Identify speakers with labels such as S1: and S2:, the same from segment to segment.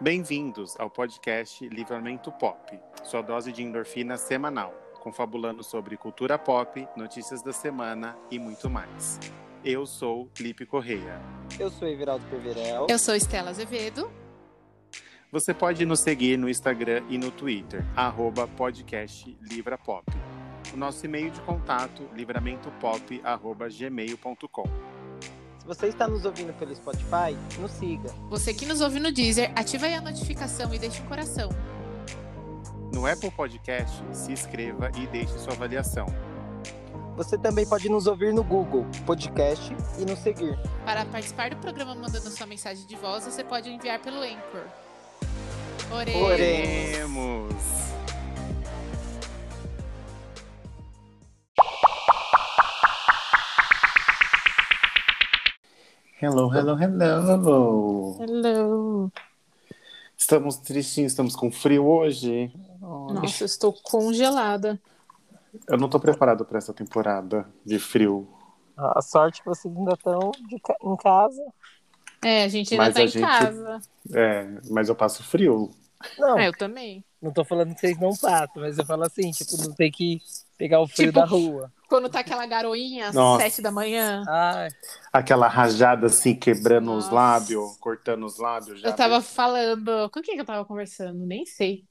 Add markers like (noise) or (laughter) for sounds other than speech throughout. S1: Bem-vindos ao podcast Livramento Pop, sua dose de endorfina semanal, confabulando sobre cultura pop, notícias da semana e muito mais. Eu sou Lipe Correia.
S2: Eu sou Everaldo Perverel.
S3: Eu sou Estela Azevedo.
S1: Você pode nos seguir no Instagram e no Twitter, arroba podcast Livrapop. O nosso e-mail de contato, livramentopop.gmail.com.
S2: Se você está nos ouvindo pelo Spotify, nos siga.
S3: Você que nos ouve no Deezer, ativa aí a notificação e deixe um coração.
S1: No Apple Podcast, se inscreva e deixe sua avaliação.
S2: Você também pode nos ouvir no Google Podcast e nos seguir.
S3: Para participar do programa mandando sua mensagem de voz, você pode enviar pelo Anchor. Oremos.
S1: Oremos! Hello, hello, hello!
S3: Hello.
S1: Estamos tristinhos, estamos com frio hoje.
S3: Nossa, eu estou congelada.
S1: Eu não tô preparado para essa temporada de frio.
S2: A sorte que vocês ainda estão de ca- em casa.
S3: É, a gente ainda
S1: Mas
S3: tá
S1: a
S3: em
S1: gente-
S3: casa.
S1: É, mas eu passo frio.
S2: Não,
S3: Ah, eu também.
S2: não tô falando que vocês não passam, mas eu falo assim, tipo, não tem que pegar o frio
S3: Tipo-
S2: da rua.
S3: Quando tá aquela garoinha às
S1: Nossa.
S3: sete da manhã.
S2: Ai,
S1: Aquela rajada assim, quebrando os
S3: Nossa.
S1: lábios, cortando os lábios. Já
S3: Eu tava falando. Com quem que eu tava conversando? Nem sei.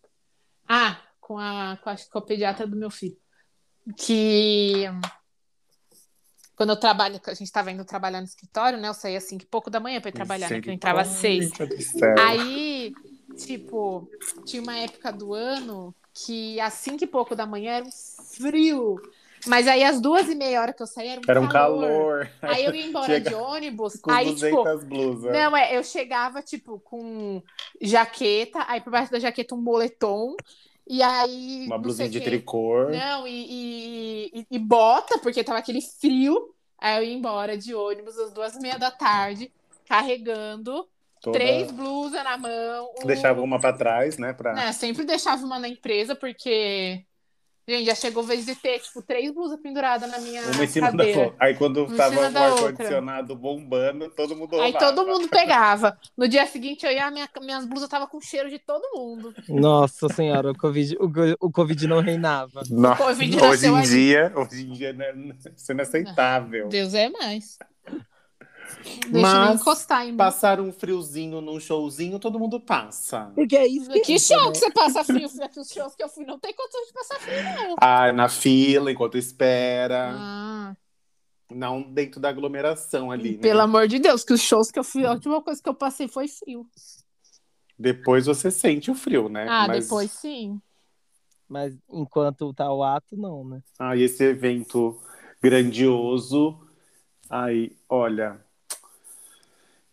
S3: Ah, com a, com a, acho que com a pediatra do meu filho. Que hum, quando eu trabalho, a gente tava indo trabalhar no escritório, né? Eu saía assim que pouco da manhã pra ir trabalhar, né? Que eu entrava às seis.
S1: Misericórdia do céu.
S3: Aí, tipo, tinha uma época do ano que às cinco e pouco da manhã era um frio. Mas aí às duas e meia hora que eu saí era um,
S1: Era um
S3: calor.
S1: calor.
S3: Aí eu ia embora
S1: Chega
S3: de ônibus,
S1: Com
S3: aí tipo,
S1: 200 blusas.
S3: não, é, eu chegava, tipo, com jaqueta, aí por baixo da jaqueta um moletom, e aí.
S1: Uma
S3: não
S1: blusinha
S3: sei
S1: de
S3: o quê.
S1: tricor.
S3: Não, e, e- e- e bota, porque tava aquele frio. Aí eu ia embora de ônibus às duas e meia da tarde, carregando,
S1: toda-
S3: três blusas na mão. um-
S1: Deixava uma pra trás, né? Pra...
S3: Né, sempre deixava uma na empresa, porque. Gente, já chegou vez de ter, tipo, três blusas penduradas na minha
S1: Uma em cima
S3: cadeira.
S1: da outra. Aí quando
S3: É, Uma em
S1: tava
S3: cima
S1: o
S3: da outra.
S1: ar-condicionado bombando, todo mundo
S3: Aí
S1: roubava.
S3: todo mundo pegava. No dia seguinte, eu ia, minha, minhas blusas tava com cheiro de todo mundo.
S2: nossa senhora, o COVID, o, go- o COVID não reinava.
S1: Não.
S3: Covid
S1: Hoje
S3: nasceu
S1: em
S3: ali.
S1: dia, hoje em dia né, isso é inaceitável.
S3: Deus é mais. Deixa eu nem
S1: Mas-
S3: encostar em mim.
S1: Passar um friozinho num showzinho, todo mundo passa.
S2: Porque é isso
S3: Que show que você passa frio, filha, que os shows que eu fui não tem condição de passar frio, não.
S1: Ah, na fila, enquanto espera.
S3: Ah,
S1: Não dentro da aglomeração ali, né?
S3: pelo amor de Deus, que os shows que eu fui, a última coisa que eu passei foi frio.
S1: Depois você sente o frio, né?
S3: ah,
S1: Mas-
S3: depois sim.
S2: Mas enquanto tá o ato, não, né?
S1: Ah, e esse evento grandioso. Ai, olha.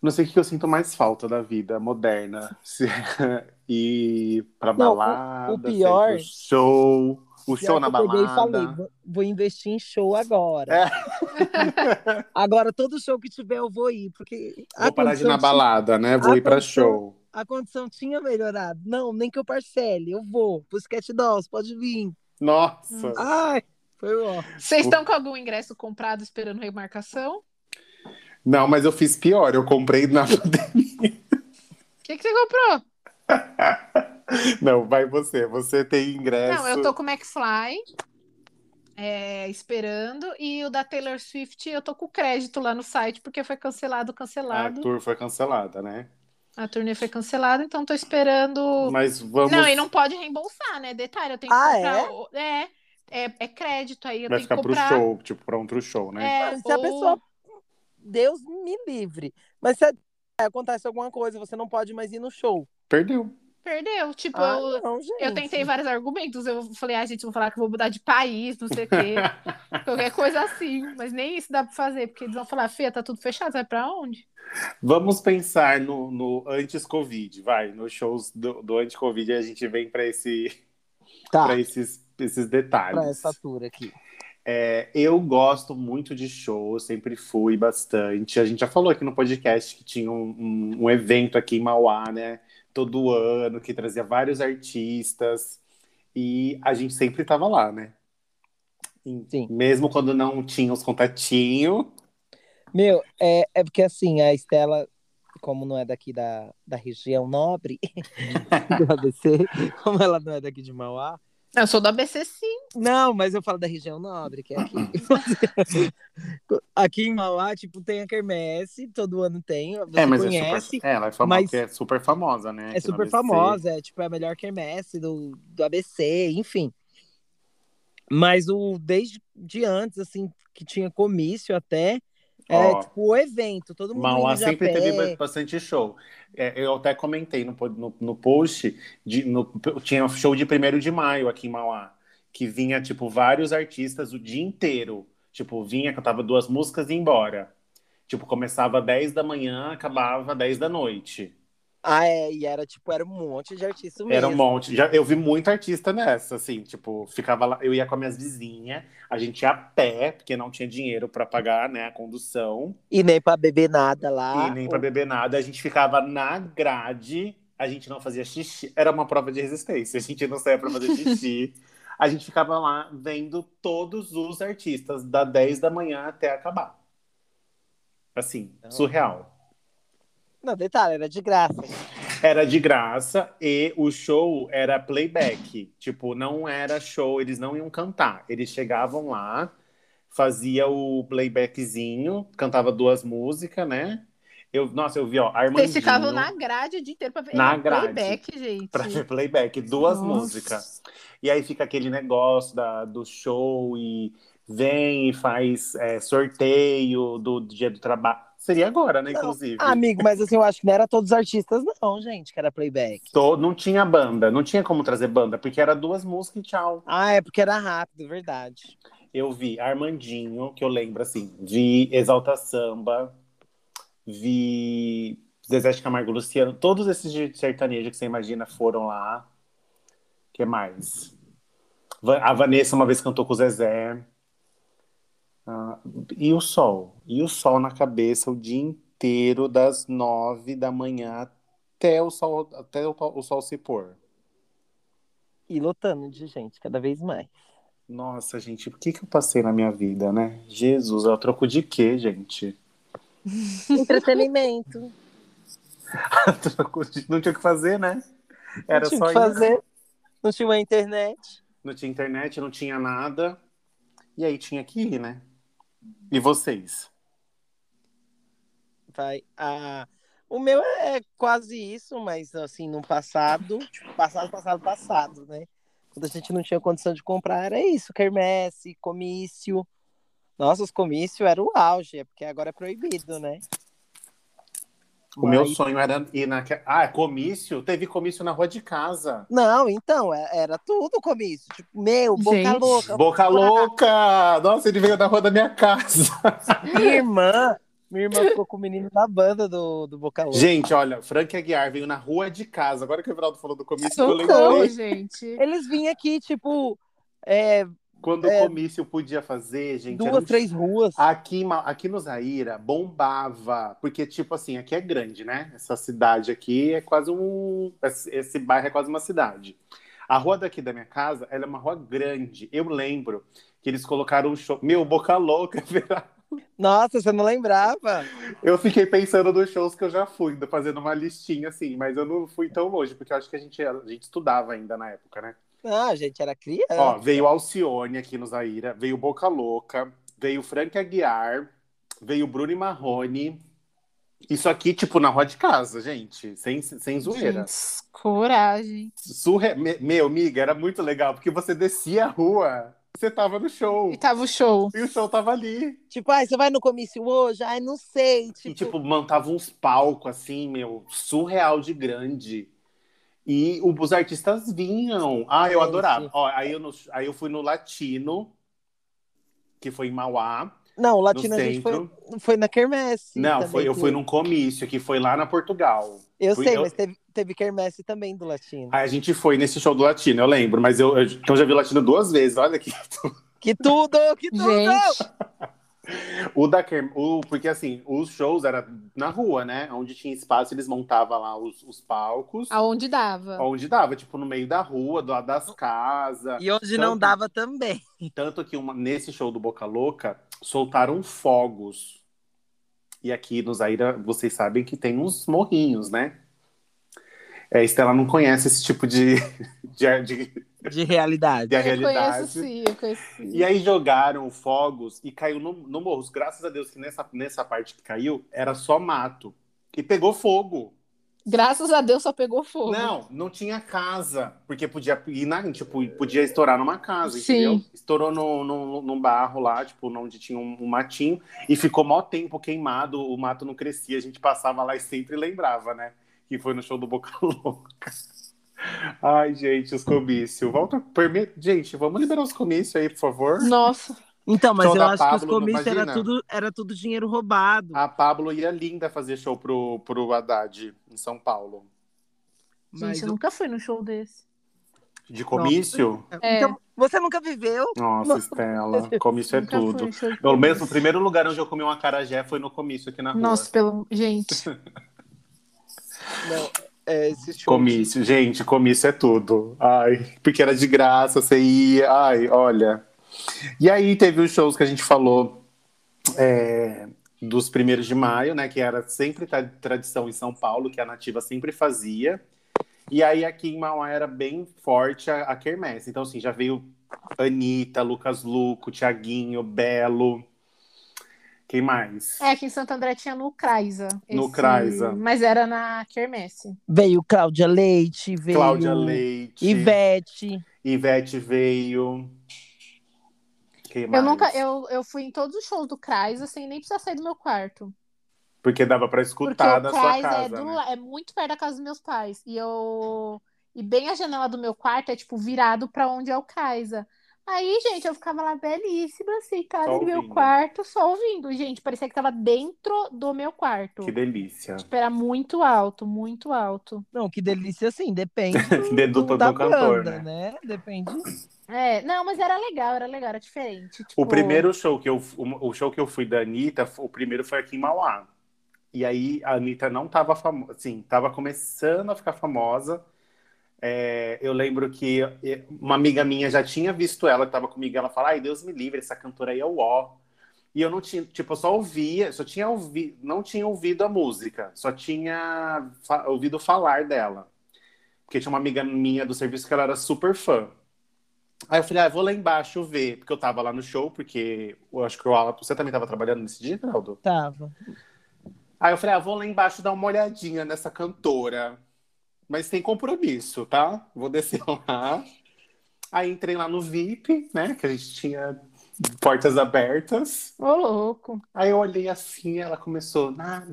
S1: Não sei o que eu sinto mais falta da vida moderna. (laughs) Se- é Ir pra
S2: Não, o-
S1: balada,
S2: o pior-
S1: sair pro show, o
S2: Pior
S1: show
S2: que
S1: na
S2: eu peguei e falei,
S1: balada.
S2: "Vou- vou investir em show agora.
S1: É.
S2: (laughs) agora, todo show que tiver, eu vou ir. Porque
S1: Vou parar de ir na
S2: condição
S1: balada, né? Vou
S2: a
S1: ir pra
S2: condição-
S1: show.
S2: a condição tinha melhorado. Não, nem que eu parcele, eu vou. Pro Sketch Dolls, pode vir.
S1: Nossa!
S2: Ai, foi ó.
S3: Vocês estão com algum ingresso comprado esperando remarcação?
S1: Não, mas eu fiz pior. Eu comprei na. (laughs)
S3: O que, que você comprou?
S1: Não, vai você. Você tem ingresso.
S3: Não, eu tô com o McFly, é, esperando, e o da Taylor Swift eu tô com crédito lá no site, porque foi cancelado,
S1: A
S3: cancelado.
S1: tour foi cancelada, né?
S3: A turnê foi cancelada, então tô esperando.
S1: Mas vamos.
S3: Não, e não pode reembolsar, né? Detalhe, eu tenho que
S2: Ah,
S3: comprar. o- É? É, é, crédito aí, eu
S1: Vai
S3: tenho que
S1: ficar pro
S3: comprar.
S1: show, tipo, pra outro show, né?
S3: É,
S2: Se a
S3: ou-
S2: pessoa. Deus me livre. Mas se acontece alguma coisa, você não pode mais ir no show.
S1: Perdeu.
S3: Perdeu. Tipo,
S2: Ah,
S3: eu,
S2: não, gente.
S3: eu tentei vários argumentos. Eu falei, ah, gente, vou falar que eu vou mudar de país, não sei o
S1: (laughs)
S3: quê. Qualquer coisa assim. Mas nem isso dá pra fazer, porque eles vão falar, Fia, tá tudo fechado, vai pra onde?
S1: Vamos pensar no, no antes-Covid, vai, nos shows do, do anti-Covid, a gente vem para esse,
S2: Tá,
S1: pra esses, esses
S2: pra
S1: detalhes.
S2: essa altura aqui.
S1: É, eu gosto muito de show, sempre fui bastante. A gente já falou aqui no podcast que tinha um, um- um evento aqui em Mauá, né? Todo ano, que trazia vários artistas, e a gente sempre estava lá, né?
S2: Sim.
S1: Mesmo quando não tinha os contatinhos.
S2: Meu, é, é porque assim, a Estela como não é daqui da, da região nobre (laughs) do ABC, como ela não é daqui de Mauá.
S3: Eu sou do ABC, sim.
S2: Não, mas eu falo da região nobre, que é
S1: (laughs)
S2: aqui. aqui em Mauá, tipo, tem a Kermesse, todo ano tem. Você
S1: É, mas é
S2: conhece.
S1: super, é, ela é, famo-
S2: mas-
S1: que é super famosa, né?
S2: É
S1: aqui no
S2: super
S1: ABC.
S2: famosa, é tipo é a melhor quermesse do, do ABC, enfim. Mas o desde de antes, assim, que tinha comício até, é
S1: Ó.
S2: tipo o evento, todo mundo
S1: Mauá
S2: indo de a
S1: sempre
S2: pé.
S1: teve ba- bastante show. É, eu até comentei no, po- no, no post, de, no- tinha um show de 1 de maio aqui em Mauá, que vinha, tipo, vários artistas o dia inteiro. Tipo, vinha, cantava duas músicas e ia embora. Tipo, começava 10 da manhã, acabava 10 da noite.
S2: Ah, é, e era tipo, era um monte de artista mesmo.
S1: Era um monte. Já, eu vi muito artista nessa, assim, tipo, ficava lá, eu ia com as minhas vizinhas, a gente ia a pé, porque não tinha dinheiro pra pagar, né, a condução.
S2: E nem pra beber nada lá.
S3: Ah,
S1: e nem pra beber nada. A gente ficava na grade, a gente não fazia xixi. Era uma prova de resistência, a gente não saía pra fazer xixi. A gente ficava lá vendo todos os artistas, da 10 da manhã até acabar. Assim,
S2: Não.
S1: surreal.
S2: Não, detalhe, era de graça.
S1: Era de graça e o show era playback. Tipo, não era show, eles não iam cantar. Eles chegavam lá, fazia o playbackzinho, cantava duas músicas, né? Eu, nossa, eu vi, ó, Armandinho.
S3: Vocês ficavam na grade o dia inteiro pra ver
S1: Tá Na
S3: Era um
S1: grade.
S3: playback, gente.
S1: pra ver playback, duas
S3: Nossa.
S1: músicas. E aí fica aquele negócio da, do show e vem e faz é, sorteio do dia do trabalho. Seria agora, né, inclusive.
S2: Ah, Amigo, mas assim, eu acho que não era todos os artistas, não, gente, que era playback.
S1: Tô- não tinha banda, não tinha como trazer banda, porque era duas músicas e tchau.
S2: Ah, é porque era rápido, verdade.
S1: Eu vi Armandinho, que eu lembro assim, vi Exalta Samba, vi Zezé de Camargo e Luciano, todos esses de sertanejo que você imagina foram lá. que mais? Va- A Vanessa uma vez cantou com o Zezé. Ah, e o sol? E o sol na cabeça o dia inteiro, das nove da manhã até o sol, até o, o sol se pôr.
S2: E lotando de gente, cada vez mais.
S1: Nossa, gente, o que, que eu passei na minha vida, né? Jesus, é o troco de quê, gente?
S2: Entretenimento.
S1: Troco de- (laughs) Não tinha o que fazer, né?
S2: Não
S1: Era
S2: tinha
S1: só
S2: o que
S1: isso.
S2: fazer. Não tinha uma internet.
S1: Não tinha internet, não tinha nada. E aí tinha que ir, né? E vocês?
S2: Vai. Ah, o meu é quase isso, mas assim, no passado, tipo, passado, passado, passado, né? Quando a gente não tinha condição de comprar, era isso, quermesse, comício. Nossa, os comícios era o auge, é porque agora é proibido, né?
S1: O meu
S2: Mas-
S1: sonho era ir na. Ah, comício? Teve comício na rua de casa.
S2: Não, então, é- era tudo comício. Tipo, meu, boca
S3: Gente.
S2: louca.
S1: Boca louca! Nossa, ele veio da rua da minha casa.
S2: (laughs) Minha irmã, minha irmã ficou com o menino da banda do, do Boca Louca.
S1: Gente, olha, Frank Aguiar veio na rua de casa. Agora que o Everaldo falou do comício, que eu
S3: Socorro,
S1: lembrei.
S3: gente.
S2: Eles vinham aqui, tipo, é,
S1: Quando o comício podia fazer, gente. era
S2: duas,
S1: um-
S2: três ruas.
S1: Aqui, em Ma- aqui no Zaira bombava, porque, tipo assim, aqui é grande, né? Essa cidade aqui é quase um. Esse, esse bairro é quase uma cidade. A rua daqui da minha casa, ela é uma rua grande. Eu lembro que eles colocaram um show. Meu, boca louca, (laughs) virar
S2: Nossa, você não lembrava?
S1: Eu fiquei pensando nos shows que eu já fui, ainda fazendo uma listinha assim, mas eu não fui tão longe, porque eu acho que a gente, a gente estudava ainda na época, né?
S2: Não, Ah, gente, era criança.
S1: Ó, veio Alcione aqui no Zaira, veio Boca Louca, veio Frank Aguiar, veio Bruno e Marrone. Isso aqui, tipo, na rua de casa, gente, sem, sem zoeira.
S3: Gente, coragem.
S1: Surre... Me- Meu, miga, era muito legal, porque você descia a rua, você tava no show,
S3: E tava o show.
S1: e o show tava ali.
S2: Tipo, ai, você vai no comício hoje? Ai, não sei. Tipo,
S1: E, tipo, montava uns palcos, assim, meu, surreal de grande. E o- os artistas vinham. Ah, eu
S2: Gente.
S1: adorava. Ó, aí, eu no- aí eu fui no Latino, que foi em Mauá,
S2: não, o
S1: no
S2: latino a gente foi,
S1: centro.
S2: foi na quermesse.
S1: Não,
S2: também,
S1: foi, eu
S2: que-
S1: fui num comício, que foi lá na Portugal.
S2: Eu
S1: fui-
S2: sei,
S1: eu-
S2: mas teve, teve quermesse também do latino.
S1: Aí a gente foi nesse show do Latino, eu lembro. Mas eu, eu, então eu já vi o Latino duas vezes, olha aqui. (laughs)
S2: Que tudo, que tudo!
S3: Gente,
S1: O da Kerm... o, porque assim, os shows era na rua, né? Onde tinha espaço, eles montavam lá os, os palcos.
S3: aonde dava?
S1: Onde dava, tipo, no meio da rua, do lado das casas.
S2: E onde
S1: não
S2: não
S1: dava
S2: dava também.
S1: Tanto que uma- nesse show do Boca Louca, soltaram fogos. E aqui no Zaira, vocês sabem que tem uns morrinhos, né? É, Estela não conhece esse tipo de, (laughs) de, de,
S2: De realidade.
S1: de
S3: eu
S1: realidade.
S3: conheço sim, eu conheço sim.
S1: E aí jogaram fogos e caiu no, no morro. Graças a Deus que nessa, nessa parte que caiu era só mato. E pegou fogo.
S3: Graças a Deus só pegou fogo.
S1: Não, não tinha casa. Porque podia ir na, tipo, podia estourar numa casa,
S3: Sim.
S1: entendeu? Estourou no, no, num barro lá, tipo, onde tinha um, um matinho, e ficou mó tempo queimado, o mato não crescia, a gente passava lá e sempre lembrava, né? Que foi no show do Boca (laughs) Louca. Ai, gente, os comícios. Volta, permi... Gente, vamos liberar os comícios aí, por favor.
S3: Nossa,
S2: Então, mas
S1: Show
S2: eu
S1: da
S2: acho que os
S1: Pabllo,
S2: comícios era
S1: imagina.
S2: tudo, era tudo dinheiro roubado.
S1: A Pablo ia linda fazer show pro, pro Haddad em São Paulo.
S2: mas
S3: gente, eu
S2: eu-
S3: nunca fui num show desse.
S1: De comício?
S3: É.
S2: Então, você nunca viveu?
S1: Nossa, Estela, comício é
S3: nunca fui
S1: tudo.
S3: num show de
S1: Pelo menos o
S3: comício.
S1: primeiro lugar onde eu comi um acarajé foi no comício aqui na rua.
S3: Nossa, pelo.
S1: (laughs)
S3: Gente.
S2: Não, é, esse show.
S1: comício, gente, comício é tudo. Ai, porque era de graça, você ia. Ai, olha. E aí teve os shows que a gente falou é, dos primeiros de maio, né? Que era sempre tra- tradição em São Paulo, que a Nativa sempre fazia. E aí aqui em Mauá era bem forte a, a quermesse. Então, assim, já veio Anitta, Lucas Luco, Tiaguinho, Belo. Quem mais?
S3: É, aqui em Santo André tinha no Craisa.
S1: No
S3: esse-
S1: Craisa.
S3: Mas era na Quermesse.
S2: Veio Cláudia Leite, veio
S1: Cláudia Leite.
S2: Ivete.
S1: Ivete veio. Quem
S3: Eu
S1: mais?
S3: nunca. Eu, eu fui em todos os shows do Craisa sem nem precisar sair do meu quarto.
S1: Porque dava pra escutar
S3: porque
S1: da
S3: o
S1: tá sua
S3: Craisa
S1: casa.
S3: é, do
S1: né?
S3: la- é muito perto da casa dos meus pais. E eu. E bem a janela do meu quarto é, tipo, virado pra onde é o Craisa. Aí, gente, eu ficava lá belíssima, sentada
S1: Só
S3: no meu
S1: ouvindo.
S3: quarto, só ouvindo. Gente, parecia que tava dentro do meu quarto.
S1: Que delícia.
S3: Tipo, era muito alto, muito alto.
S2: Não, que delícia, assim, depende
S1: (laughs) De- do- do
S2: da
S1: cantor,
S2: banda,
S1: né?
S2: né? Depende.
S3: É, não, mas era legal, era legal, era diferente.
S1: O
S3: tipo-
S1: primeiro show que eu o o show que eu fui da Anitta, o primeiro foi aqui em Mauá. E aí a Anitta não tava famosa, assim, tava começando a ficar famosa. É, eu lembro que eh, uma amiga minha já tinha visto ela, que tava comigo, ela fala: "Ai, Deus me livre, essa cantora aí é o ó". E eu não tinha, tipo, eu só ouvia, só tinha ouvido, não tinha ouvido a música, só tinha fa- ouvido falar dela. Porque tinha uma amiga minha do serviço que ela era super fã. Aí eu falei, ah, eu vou lá embaixo ver, porque eu tava lá no show, porque eu acho que o Alan, você também tava trabalhando nesse dia, Geraldo?
S2: Tava.
S1: Aí eu falei, ah, vou lá embaixo dar uma olhadinha nessa cantora. Mas tem compromisso, tá? Vou descer (laughs) lá. Aí entrei lá no VIP, né? Que a gente tinha portas abertas.
S3: Ô, louco.
S1: Aí eu olhei assim, ela começou na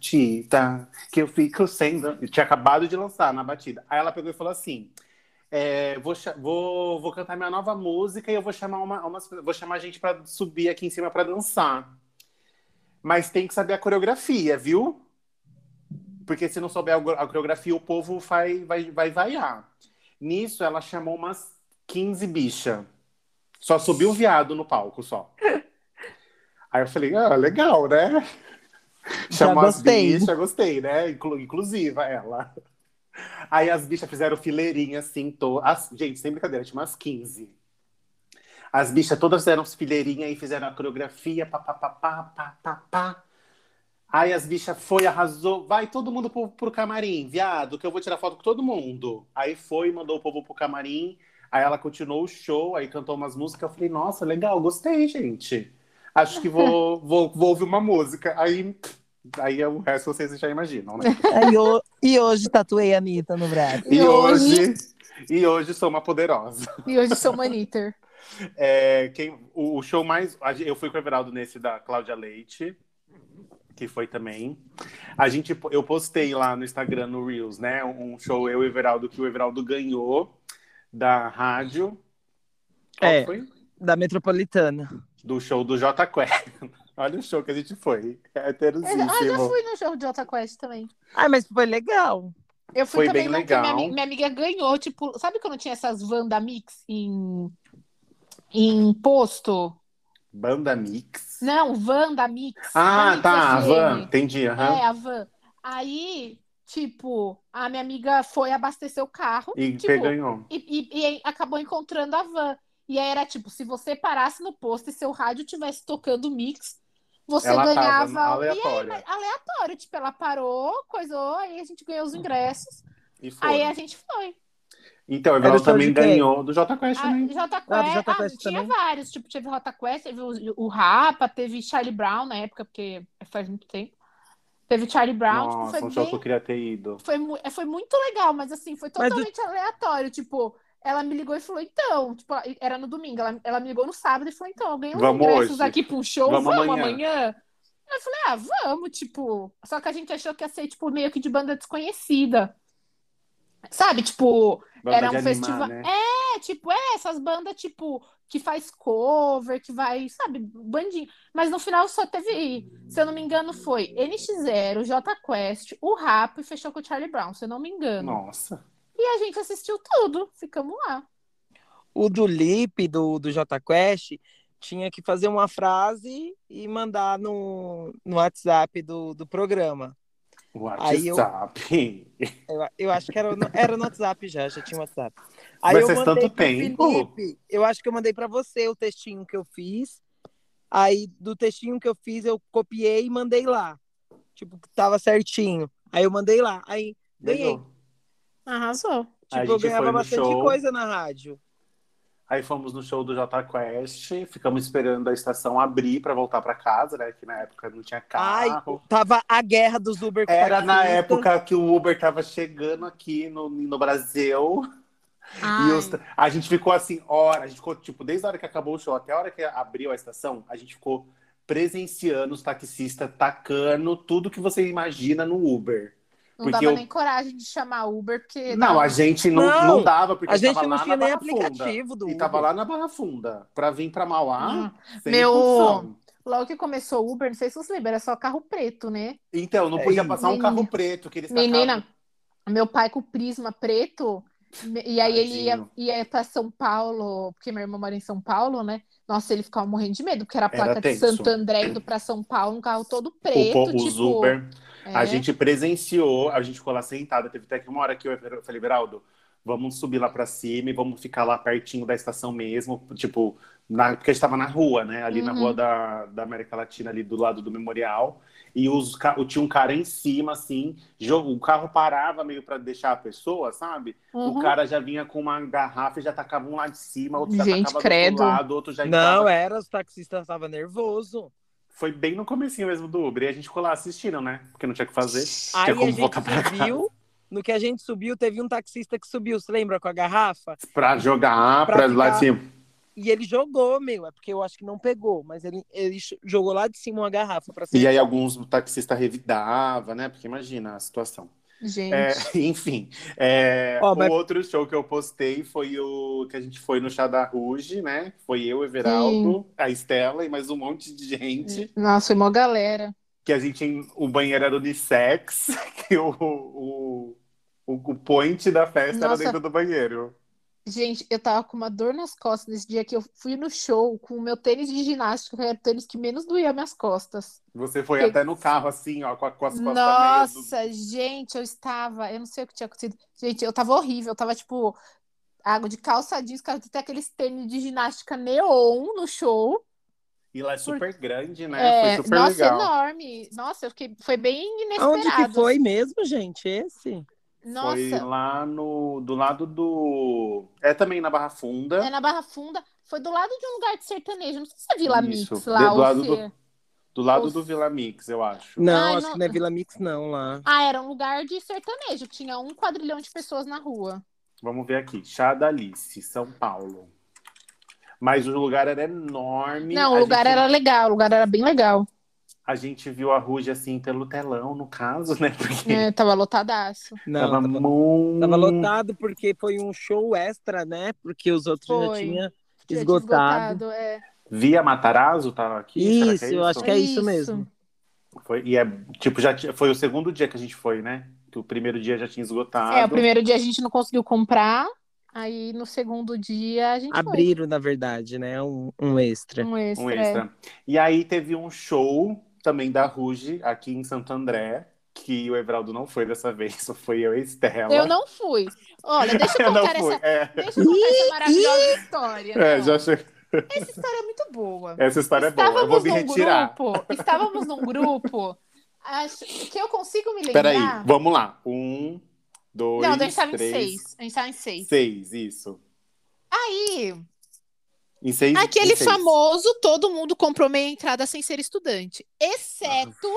S1: batida, que eu fico sendo. Eu tinha acabado de lançar na batida. Aí ela pegou e falou assim: é, vou, cha- vou, vou cantar minha nova música e eu vou chamar uma, umas- vou chamar gente pra subir aqui em cima pra dançar. Mas tem que saber a coreografia, viu? Porque se não souber a go- a coreografia, o povo vai, vai, vai vaiar. Nisso, ela chamou umas 15 bichas. Só subiu o viado no palco,
S2: (laughs)
S1: só. Aí eu falei, ah, legal, né?
S2: Já
S1: Chamou as
S2: gostei.
S1: bichas, gostei, né? Inclu inclusiva ela. Aí as bichas fizeram fileirinha, assim, to... as- gente, sem brincadeira, tinha umas 15. As bichas todas fizeram fileirinha e fizeram a coreografia, pá, pá, pá, pá, pá, pá, pá. Aí as bichas foi, arrasou, vai todo mundo pro, pro camarim, viado, que eu vou tirar foto com todo mundo. Aí foi, mandou o povo pro camarim, aí ela continuou o show, aí cantou umas músicas, eu falei, nossa, legal, gostei, gente. Acho que (laughs) vou, vou, vou ouvir uma música. Aí, aí o resto vocês já imaginam, né?
S2: Aí eu- e hoje tatuei a Anitta no braço.
S1: (laughs) E
S3: E hoje-
S1: hoje, e hoje sou uma poderosa.
S3: E hoje sou maniter.
S1: É, quem, o, o show mais. a gen- Eu fui com o Everaldo nesse da Cláudia Leite, que foi também. A gente, po- eu postei lá no Instagram, no Reels, né? Um show eu e o Everaldo que o Everaldo ganhou da rádio. Qual
S2: É.
S1: foi?
S2: Da Metropolitana.
S1: Do show do J Quest. (laughs) Olha o show que a gente foi. É heterosíssimo.
S3: Ah, já fui no jogo de Jota Quest também.
S2: Ai, Ah, mas foi legal.
S3: Eu
S1: Foi
S3: fui também
S1: bem
S3: no que minha,
S1: legal.
S3: ami- minha amiga ganhou, tipo, sabe quando tinha essas Wanda Mix em, em posto?
S1: Banda Mix.
S3: Não, Wanda Mix.
S1: Ah,
S3: Mix é
S1: tá. A
S3: FM.
S1: Van. Entendi. aham.
S3: É, a van. Aí, tipo, a minha amiga foi abastecer o carro
S1: E
S3: tipo,
S1: pegou ganhou.
S3: e, e- e acabou encontrando a van. E aí era tipo, se você parasse no posto e seu rádio tivesse tocando mix, Você
S1: Ela tava
S3: ganhava.
S1: aleatória.
S3: E aí, mas aleatório, tipo, ela parou, coisou, aí a gente ganhou os ingressos,
S1: E Uhum. foi.
S3: aí é a gente foi.
S1: Então,
S2: Era
S1: ela
S2: show
S1: também
S2: de quem?
S1: ganhou do Jota Quest
S3: A
S1: também.
S3: Jota Quest,
S2: Ah, do Jota
S3: ah,
S2: Quest
S3: tinha
S2: também.
S3: vários, tipo, teve Jota Quest, teve o, o Rapa, teve Charlie Brown na época, porque faz muito tempo. Teve Charlie Brown,
S1: Nossa, um
S3: tipo,
S1: show
S3: foi
S1: que eu
S3: bem.
S1: queria ter ido.
S3: Foi, mu- é, foi muito legal, mas assim, foi
S2: Mas o-
S3: totalmente aleatório. Tipo, ela me ligou e falou, então, tipo, ela- era no domingo, ela, ela me ligou no sábado e falou, então, eu ganhei uns
S1: Vamos
S3: ingressos
S1: hoje.
S3: aqui pro show,
S1: Vamos
S3: vamos,
S1: amanhã.
S3: amanhã. Eu falei, ah, vamos, tipo. Só que a gente achou que ia ser, tipo, meio que de banda desconhecida. Sabe, tipo,
S1: Banda
S3: era
S1: de
S3: um
S1: animar,
S3: festival.
S1: né?
S3: É, tipo, é, essas bandas, tipo, que faz cover, que vai, sabe, bandinho. Mas no final só teve, se eu não me engano, foi NX0, J Quest, o Rap e fechou com o Charlie Brown, se eu não me engano.
S1: Nossa.
S3: E a gente assistiu tudo, ficamos lá.
S2: O do Lip, do, do Jota Quest, tinha que fazer uma frase e mandar no, no WhatsApp do, do programa.
S1: O
S2: Aí eu-
S1: (laughs) WhatsApp.
S2: Eu, eu acho que era, no- era no WhatsApp já, já tinha WhatsApp.
S1: Mas
S2: eu
S1: faz
S2: mandei
S1: tanto
S2: pro
S1: tempo.
S2: Felipe, eu acho que eu mandei para você o textinho que eu fiz. Aí, do textinho que eu fiz, eu copiei e mandei lá. Tipo, que tava certinho. Aí eu mandei lá. Aí, ganhei.
S1: Ganhou.
S3: Arrasou.
S1: Aí a
S2: tipo, eu
S1: gente foi
S2: ganhava
S1: no
S2: bastante
S1: show.
S2: coisa na rádio.
S1: Aí fomos no show do Jota Quest, ficamos esperando a estação abrir pra voltar pra casa, né? Que na época não tinha carro.
S2: Ai, tava a guerra dos Uber com
S1: Era na
S2: taxista.
S1: época que o Uber tava chegando aqui no, no Brasil. E os- a gente ficou assim, hora, a gente ficou, tipo, desde a hora que acabou o show até a hora que abriu a estação, a gente ficou presenciando os taxistas tacando tudo que você imagina no Uber.
S3: Não
S1: porque
S3: dava
S1: eu-
S3: nem coragem de chamar Uber, porque.
S1: Não,
S3: dava-
S1: a gente não,
S2: Não,
S1: não dava, porque
S2: A gente
S1: tava
S2: não
S1: lá
S2: tinha
S1: na
S2: nem
S1: Barra Funda.
S2: aplicativo do
S1: E
S2: Uber.
S1: tava lá na Barra Funda. Pra vir pra Mauá,
S3: Hum.
S1: sem
S3: Meu-
S1: condição.
S3: Logo que começou o Uber, não sei se vocês lembram, era só carro preto, né?
S1: Então, não
S2: É
S1: podia
S2: isso.
S1: passar um carro preto que eles tacavam.
S3: Menina, meu pai com prisma preto, me- e aí ele ia,
S1: Tadinho.
S3: ia para São Paulo, porque minha irmã mora em São Paulo, né? Nossa, ele ficava morrendo de medo, porque era a
S1: Era
S3: placa de
S1: tenso.
S3: Santo André indo pra São Paulo, um carro todo
S1: O,
S3: preto,
S1: po- os
S3: tipo.
S1: Uber.
S3: é.
S1: A gente presenciou, a gente ficou lá sentada. Teve até que uma hora que eu falei, Beraldo, vamos subir lá pra cima e vamos ficar lá pertinho da estação mesmo. Tipo, na- porque a gente tava na rua, né? Ali na
S3: Uhum.
S1: rua da, da América Latina, ali do lado do memorial. E os, ca- tinha um cara em cima, assim, jogo, o carro parava meio pra deixar a pessoa, sabe?
S3: Uhum.
S1: O cara já vinha com uma garrafa e já tacava um lá de cima, outro já
S3: Gente,
S1: tacava
S3: credo.
S1: do outro lado, outro já entrava
S2: Não, é. era, os taxistas estavam nervoso.
S1: foi bem no comecinho mesmo do Uber. E a gente ficou lá assistindo, né? Porque não tinha o que fazer.
S2: Aí
S1: tinha como
S2: a gente
S1: voltar pra casa.
S2: subiu, no que a gente subiu, teve um taxista que subiu, você lembra, com a garrafa?
S1: Pra jogar,
S2: Pra
S1: pra, lá assim, de
S2: ficar-
S1: cima.
S2: E ele jogou, meu, é porque eu acho que não pegou, mas ele, ele ch- jogou lá de cima uma garrafa pra
S1: E
S2: cima.
S1: aí alguns taxistas revidava, né? Porque imagina a situação.
S3: Gente.
S1: É, (laughs) enfim, é,
S2: Ó, mas-
S1: o outro show que eu postei foi o que a gente foi no Chá da Ruge, né? Foi eu, Everaldo, a Estela e mais um monte de gente.
S3: Nossa, foi mó galera.
S1: Que a gente, o banheiro era unissex, (laughs) que o, o, o, o point da festa
S3: Nossa.
S1: era dentro do banheiro.
S3: Gente, eu tava com uma dor nas costas nesse dia que eu fui no show com o meu tênis de ginástica, que era o tênis que menos doía minhas costas.
S1: Você foi
S3: Que-
S1: até no carro, assim, ó, com, a, com as costas meio do-
S3: Nossa, gente, eu estava. Eu não sei o que tinha acontecido. Gente, eu tava horrível. Eu tava tipo. Água de calça jeans, cara, até aqueles tênis de ginástica neon no show.
S1: E lá é super grande,
S3: É,
S1: né? Foi super
S3: nossa,
S1: legal.
S3: enorme. Nossa, eu fiquei, foi bem inesperado.
S2: Onde que foi mesmo, gente, esse?
S3: Nossa,
S1: Foi lá no do lado do é também na Barra Funda.
S3: é na Barra Funda. Foi do lado de um lugar de sertanejo. Não sei se é Vila
S1: Isso,
S3: Mix
S1: de-
S3: lá.
S1: do
S3: ou
S1: lado
S3: se- é.
S1: do- Do lado
S3: Nossa.
S1: do Vila Mix, eu acho.
S2: Não,
S3: Ai,
S2: acho
S3: não-
S2: que não é Vila Mix, não, lá.
S3: Ah, era um lugar de sertanejo. Tinha um quadrilhão de pessoas na rua.
S1: Vamos ver aqui. Chá da Alice, São Paulo. Mas o lugar era enorme.
S3: Não,
S1: A
S3: o lugar
S1: gente-
S3: era legal. O lugar era bem legal.
S1: A gente viu a Ruge assim pelo telão, no caso, né? Porque
S3: É, tava lotadaço.
S2: Não,
S1: tava, hum.
S2: tava,
S1: muito.
S2: tava lotado porque foi um show extra, né? Porque os outros já
S3: Foi.
S2: tinham
S3: Tinha
S2: esgotado.
S3: esgotado, é.
S1: Via Matarazzo tá aqui. Será
S2: Isso,
S1: que é
S2: eu acho que é isso
S3: Isso.
S2: mesmo.
S1: Foi, e é, tipo, já ti- foi o segundo dia que a gente foi, né? Que o primeiro dia já tinha esgotado.
S3: É, o primeiro dia a gente não conseguiu comprar, aí no segundo dia a gente
S2: Abriram, na verdade, né? Um, um extra.
S3: foi. Um extra.
S1: Um
S3: é.
S1: extra. E aí teve um show também da Ruge aqui em Santo André, que o Everaldo não foi dessa (laughs) vez, só foi eu e a Estela.
S3: Eu não fui. Olha, deixa eu
S1: tá (laughs) Eu não
S3: contar
S1: fui.
S3: essa,
S1: É,
S3: deixa eu contar essa maravilhosa história.
S1: é,
S3: não.
S1: já che-
S3: Essa história é muito boa.
S1: Essa história é boa. Eu vou me
S3: num
S1: retirar.
S3: grupo. Estávamos num grupo. Acho que eu consigo me lembrar.
S1: Peraí, vamos lá. Um, dois,
S3: Não, a gente estava em
S1: três,
S3: seis. A gente estava em seis.
S1: Seis, isso.
S3: Aí,
S1: Em seis.
S3: Aquele
S1: em seis.
S3: famoso, todo mundo comprou meia entrada sem ser estudante. Exceto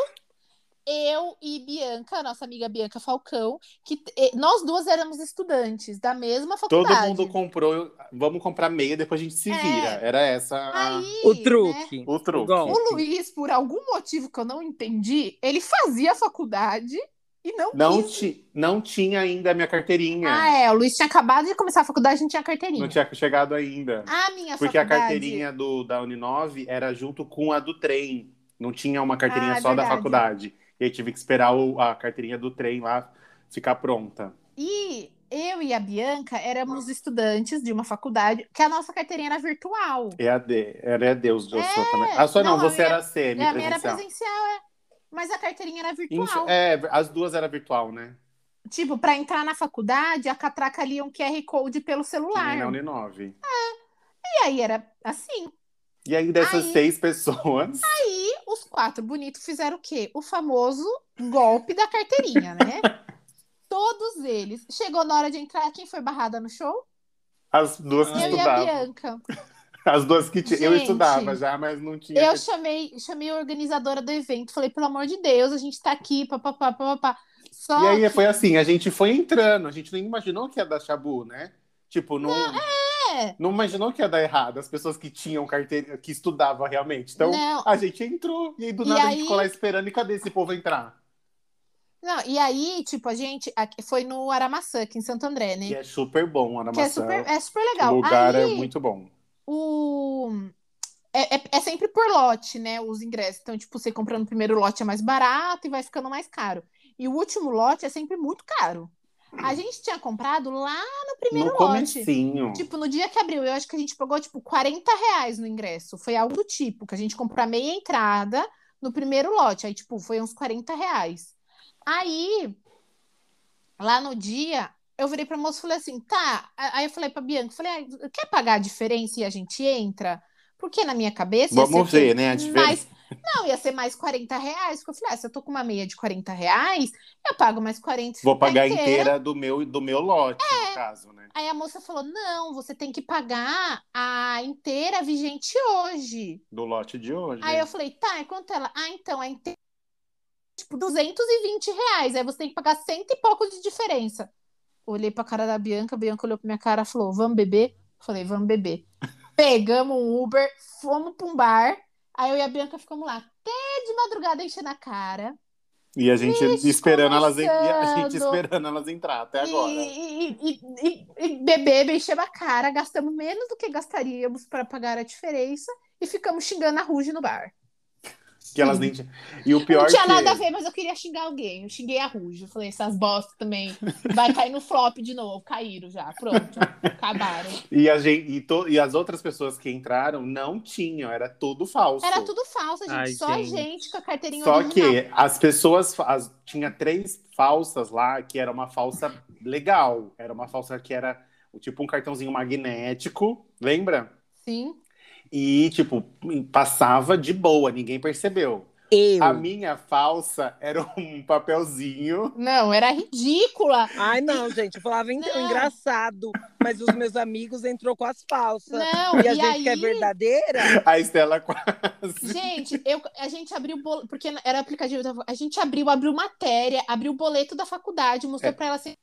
S3: eu e Bianca, nossa amiga Bianca Falcão, que eh, nós duas éramos estudantes da mesma
S1: Todo
S3: faculdade.
S1: mundo comprou. Vamos comprar meia, depois a gente se
S3: É.
S1: vira. Era essa a-
S3: Aí,
S2: O
S3: né,
S2: truque.
S1: o truque.
S2: Igual.
S3: o Luiz, por algum motivo que eu não entendi, ele fazia a faculdade e não,
S1: Não,
S3: quis.
S1: ti, não tinha ainda a minha carteirinha.
S3: Ah, é, o Luiz tinha acabado de começar a faculdade, não tinha carteirinha.
S1: Não tinha chegado ainda.
S3: A minha
S1: Porque a
S3: faculdade...
S1: carteirinha do, da Uninove era junto com a do trem. Não tinha uma carteirinha
S3: Ah,
S1: só da
S3: verdade.
S1: faculdade. E aí tive que esperar o- a carteirinha do trem lá ficar pronta.
S3: E eu e a Bianca éramos estudantes de uma faculdade que a nossa carteirinha era virtual.
S1: É a D, era a Deus, eu
S3: É,
S1: sou também. Ah, só não,
S3: não, a
S1: você
S3: minha-
S1: era semi
S3: É, a minha era
S1: presencial.
S3: presencial, é. Mas a carteirinha era virtual.
S1: Inf- É, as duas era virtual, né?
S3: Tipo, para entrar na faculdade, a catraca lia um QR Code pelo
S1: Que nem na
S3: celular.
S1: Uninove.
S3: E aí era assim.
S1: E aí dessas
S3: Aí-
S1: seis pessoas,
S3: Aí os quatro bonitos fizeram o quê? O famoso golpe da carteirinha,
S1: (laughs)
S3: né? Todos eles. Chegou na hora de entrar, quem foi barrada no show?
S1: as duas que
S3: Eu e a
S1: estudavam.
S3: Bianca.
S1: As duas que ti- eu
S3: Gente.
S1: estudava já, mas não tinha.
S3: Eu chamei, chamei a organizadora do evento, falei, pelo amor de Deus, a gente tá aqui, papapá, papapá. Só
S1: E aí foi assim, a gente foi entrando, a gente nem imaginou que ia dar chabu, né? Tipo, não. Não,
S3: é.
S1: imaginou que ia dar errado. As pessoas que tinham carteira, que estudavam realmente. Então,
S3: Não.
S1: a gente entrou. E aí do
S3: E
S1: nada a
S3: aí-
S1: gente ficou lá esperando. E cadê esse povo entrar?
S3: Não, e aí, tipo, a gente aqui- foi no Aramaçã, aqui em Santo André, né?
S1: Que é super bom, Ana
S3: Que é
S1: Maçã.
S3: super, é super
S1: O
S3: legal.
S1: lugar
S3: aí,
S1: é muito bom.
S3: o... É, é- é sempre por lote, né? Os ingressos. Então, tipo, você comprando o primeiro lote é mais barato e vai ficando mais caro. E o último lote é sempre muito caro. A gente tinha comprado lá no primeiro
S1: Hum. no
S3: lote.
S1: comecinho.
S3: Tipo, no dia que abriu, eu acho que a gente pagou, tipo, 40 reais no ingresso. Foi algo do tipo, que a gente comprou a meia entrada no primeiro lote. Aí, tipo, foi uns 40 reais. Aí, lá no dia, eu virei pra moça e falei assim, tá. A- Aí eu falei pra Bianca, falei, ah, quer pagar a diferença e a gente entra? Porque na minha cabeça. ia
S1: Vamos
S3: ser
S1: ver, né? A diferença.
S3: mais... Não, ia ser mais 40 reais. Porque eu falei, ah, se eu tô com uma meia de 40 reais, eu pago mais 40. e
S1: Vou
S3: fica
S1: pagar inteira, do, meu, do meu lote,
S3: É.
S1: no caso, né?
S3: Aí a moça falou: não, você tem que pagar a inteira vigente hoje.
S1: Do lote de hoje.
S3: Aí eu falei: tá, e quanto ela? Ah, então, a inteira. Tipo, 220 reais. Aí você tem que pagar cento e pouco de diferença. Olhei pra cara da Bianca, a Bianca olhou pra minha cara e falou: vamos beber? Falei: vamos beber. Pegamos um Uber, fomos pra um bar. Aí eu e a Bianca ficamos lá até de madrugada enchendo a cara.
S1: E a gente esperando elas, en- e a gente
S3: conversando.
S1: esperando elas entrar até
S3: E-
S1: É agora.
S3: E, e, e, e beber, encher a cara, gastamos menos do que gastaríamos para pagar a diferença e ficamos xingando a Ruge no bar.
S1: Que elas nem tinham. E o pior
S3: não tinha
S1: que...
S3: nada a ver, mas eu queria xingar alguém. Eu xinguei a Ruge. Eu falei, essas bostas também. Vai cair no flop de novo. Caíram já. Pronto. acabaram.
S1: E, a gente, e, to- e as outras pessoas que entraram não tinham, era tudo falso.
S3: Era tudo falso, gente.
S2: Ai,
S3: Só
S2: gente.
S3: gente com a carteirinha
S1: Só
S3: original.
S1: que as pessoas, fa- as, tinha três falsas lá, que era uma falsa legal. Era uma falsa que era tipo um cartãozinho magnético, lembra?
S3: Sim.
S1: E tipo, passava de boa, ninguém percebeu.
S2: Eu.
S1: A minha falsa era um papelzinho
S3: Não, era
S2: (laughs)
S3: ridícula.
S2: Ai, não, gente. Eu falava, então,
S3: Não.
S2: engraçado. Mas os meus amigos entrou com as falsas.
S3: Não,
S2: E a
S3: e
S2: gente
S3: aí...
S2: que é verdadeira.
S1: A Estela quase.
S3: Gente, eu, a gente abriu bol- porque era aplicativo da, a gente abriu, abriu matéria, abriu o boleto da faculdade, mostrou
S1: É.
S3: pra ela assim,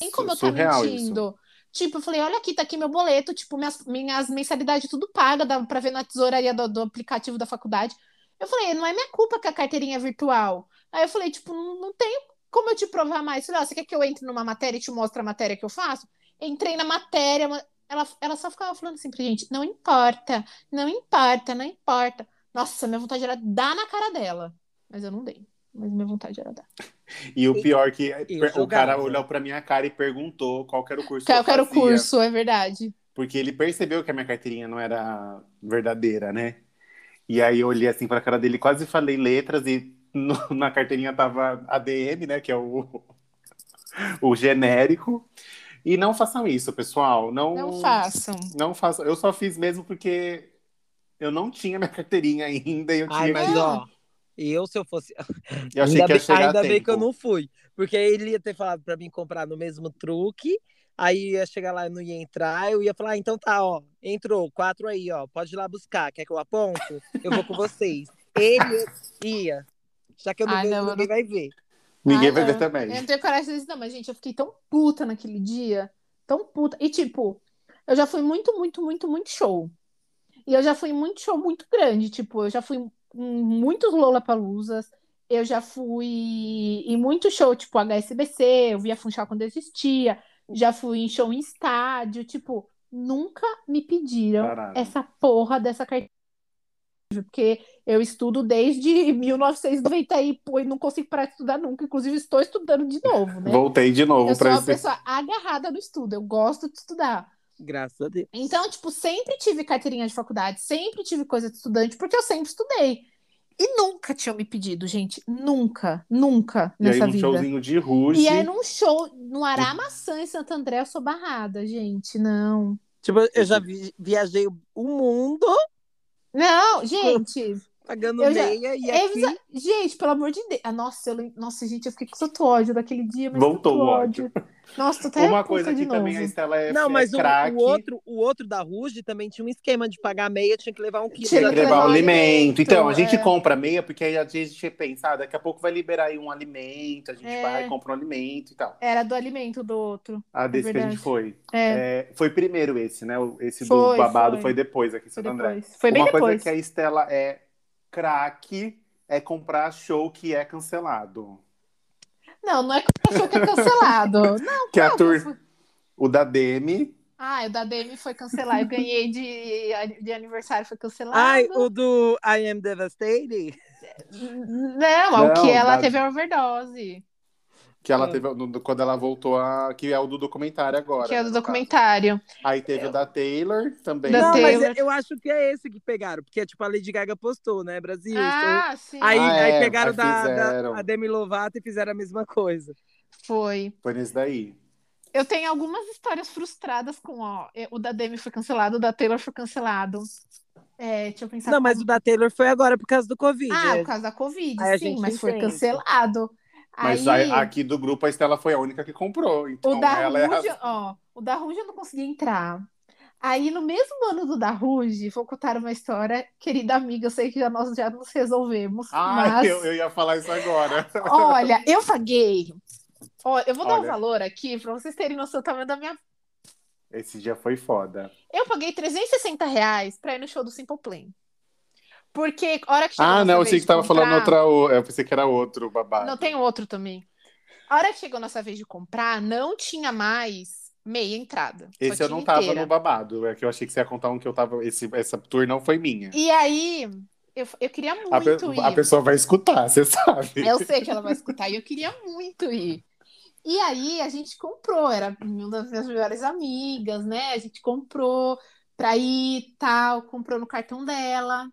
S3: nem como eu
S1: Su-
S3: tá
S1: surreal
S3: mentindo. Tipo, eu falei, olha aqui, tá aqui meu boleto, tipo, minhas, minhas mensalidades tudo paga, dá pra ver na tesouraria do, do aplicativo da faculdade. Eu falei, não é minha culpa que a carteirinha é virtual. Aí eu falei, tipo, não, não tenho como eu te provar mais. Eu Falei, ó, você quer que eu entre numa matéria e te mostre a matéria que eu faço? Entrei na matéria, ma- ela, ela só ficava falando assim pra gente, não importa, não importa, não importa. Nossa, minha vontade era dar na cara dela. Mas eu não dei. Mas minha vontade era dar.
S1: E o pior que é, o
S2: jogava.
S1: cara olhou pra minha cara e perguntou qual que era o curso que
S3: Quero,
S1: eu
S3: quero o
S1: fazia.
S3: curso, é verdade.
S1: Porque ele percebeu que a minha carteirinha não era verdadeira, né? E aí eu olhei assim pra cara dele, quase falei letras e no- (laughs) na (laughs) carteirinha tava ADM, né? Que é o, o genérico. E não façam isso, pessoal. Não,
S3: Não façam.
S1: Não façam. Eu só fiz mesmo porque eu não tinha minha carteirinha ainda. E eu tinha
S2: Ai, mas
S1: que-
S2: ó, eu se eu fosse.
S1: eu achei
S2: ainda
S1: que ia
S2: bem,
S1: chegar a
S2: ainda bem que eu
S1: tempo.
S2: não fui. Porque ele ia ter falado pra mim comprar no mesmo truque. Aí ia chegar lá e não ia entrar. Eu ia falar, ah, então tá, ó. Entrou, quatro aí, ó. Pode ir lá buscar. Quer que eu aponto? Eu vou com vocês. Ele ia. Já que eu não
S3: Ai,
S2: vejo,
S3: não, eu
S2: ninguém vai ver.
S1: Ninguém
S3: Ah,
S1: vai ver
S3: não.
S1: também.
S3: Eu não tenho coragem de dizer isso, não, mas, gente, eu fiquei tão puta naquele dia. Tão puta. E, tipo, eu já fui muito, muito, muito, muito show. E eu já fui em muito show muito grande. Tipo, eu já fui em muitos Lollapaloozas. Eu já fui em muito show, tipo, HSBC. Eu via Funchal quando existia. Já fui em show em estádio. Tipo, nunca me pediram
S1: Caralho.
S3: essa porra dessa carteira. Porque eu estudo desde 1990 e, pô, e não consigo parar de estudar nunca. Inclusive, estou estudando de novo, né?
S1: Voltei de novo
S3: Eu sou
S1: pra
S3: uma
S1: esse.
S3: pessoa agarrada no estudo, eu gosto de estudar.
S2: Graças a Deus.
S3: Então, tipo, sempre tive carteirinha de faculdade, sempre tive coisa de estudante, porque eu sempre estudei. E nunca tinham me pedido, gente. Nunca, nunca
S1: E aí,
S3: nessa
S1: um
S3: vida.
S1: showzinho de ruge.
S3: E aí, num show, no Aramaçã, em Santo André, eu sou barrada, gente. Não.
S2: Tipo, eu já vi- viajei o mundo
S3: Não, gente.
S2: pagando
S3: Eu já-
S2: meia e
S3: É,
S2: aqui.
S3: exa- Gente, pelo amor de Deus. Ah, nossa, eu lem- nossa, gente, eu fiquei com tanto ódio daquele dia. Mas
S1: Voltou
S3: tanto
S1: o ódio.
S3: Nossa, tô até
S1: Uma
S3: puta
S1: coisa
S3: de
S1: que também a
S3: novo.
S1: Estela é
S2: Não, mas
S1: é
S2: o,
S1: craque.
S2: o outro, o outro da Ruge também tinha um esquema de pagar meia, tinha que levar um quilo.
S3: Tinha
S1: Tem
S2: da
S1: que levar o
S3: o
S1: alimento.
S3: alimento,
S1: Então, a gente
S3: é.
S1: compra meia, porque aí a gente pensa, ah, daqui a pouco vai liberar aí um alimento, a gente
S3: É.
S1: vai, compra um alimento e tal.
S3: Era do alimento do outro.
S1: Ah, desse que a gente
S3: verdade.
S1: foi.
S3: É,
S1: É, foi primeiro esse, né? O- Esse do
S3: Foi,
S1: babado foi,
S3: foi.
S1: depois aqui em Santo
S3: foi
S1: André.
S3: depois. Foi bem
S1: Uma coisa
S3: depois.
S1: que a Estela é craque é comprar show que é cancelado.
S3: Não, não é que o show que é cancelado.
S1: (laughs)
S3: Não,
S1: Que a
S3: não,
S1: tur-
S3: foi-
S1: o da Demi,
S3: Ah, o da DM foi cancelar. Eu ganhei de, de aniversário, foi cancelado.
S2: Ai, o do I Am Devastated?
S3: Não,
S1: Não,
S3: o que ela
S1: da-
S3: teve a overdose.
S1: que ela
S3: Hum.
S2: É.
S1: teve no- no- quando ela voltou a que é o do documentário agora.
S3: que é
S1: né,
S3: do
S1: no caso.
S3: documentário.
S1: Aí teve o da Taylor também.
S3: Da
S2: não, mas
S3: Taylor.
S2: eu- eu acho que é esse que pegaram, porque tipo a Lady Gaga postou, né, Brasil?
S3: Ah, sim.
S2: Então, Aí,
S1: Ah,
S2: aí
S1: é,
S2: pegaram
S1: aí
S2: da,
S1: fizeram.
S2: da a Demi Lovato e fizeram a mesma coisa.
S3: Foi.
S1: Foi nesse daí.
S3: Eu tenho algumas histórias frustradas com, ó, eh, o da Demi foi cancelado, o da Taylor foi cancelado. É, deixa eu pensar.
S2: Não, mas
S3: como-
S2: o da Taylor foi agora por causa do Covid.
S3: Ah,
S2: né?
S3: por causa da Covid,
S2: Aí a
S3: sim,
S2: gente
S3: mas foi
S2: entende.
S3: cancelado.
S1: Mas
S3: aí,
S1: a- aqui do grupo a Estela foi a única que comprou. Então
S3: o da
S1: ela é
S3: Ruge,
S1: a...
S3: ó, o da Ruge eu não consegui entrar. Aí no mesmo ano do da Ruge, vou contar uma história, querida amiga, eu sei que já nós já nos resolvemos,
S1: Ah,
S3: mas
S1: eu, eu ia falar isso agora.
S3: olha, eu paguei. Ó, eu vou dar um
S1: Olha.
S3: valor aqui para vocês terem noção do tamanho da minha.
S1: Esse dia foi foda.
S3: Eu paguei 360 reais pra ir no show do Simple Plan. Porque a hora que chegou
S1: Ah,
S3: a
S1: não,
S3: nossa
S1: eu
S3: vez
S1: sei que
S3: de
S1: tava falando outra.
S3: comprar-
S1: o- Eu pensei que era outro babado.
S3: tá. Não, tem um outro também. A hora que chegou nossa vez de comprar, não tinha mais meia entrada. Só
S1: Esse eu
S3: tinha
S1: não tava
S3: inteira.
S1: no babado. É que eu achei que você ia contar um que eu tava. Esse, essa tour não foi minha.
S3: E aí, eu, eu queria
S1: A, pe-
S3: muito
S1: a
S3: ir.
S1: pessoa vai escutar, você sabe.
S3: Eu sei que ela vai escutar, e eu queria muito ir. E aí, a gente comprou, era uma das minhas melhores amigas, né? A gente comprou pra ir e tal, comprou no cartão dela.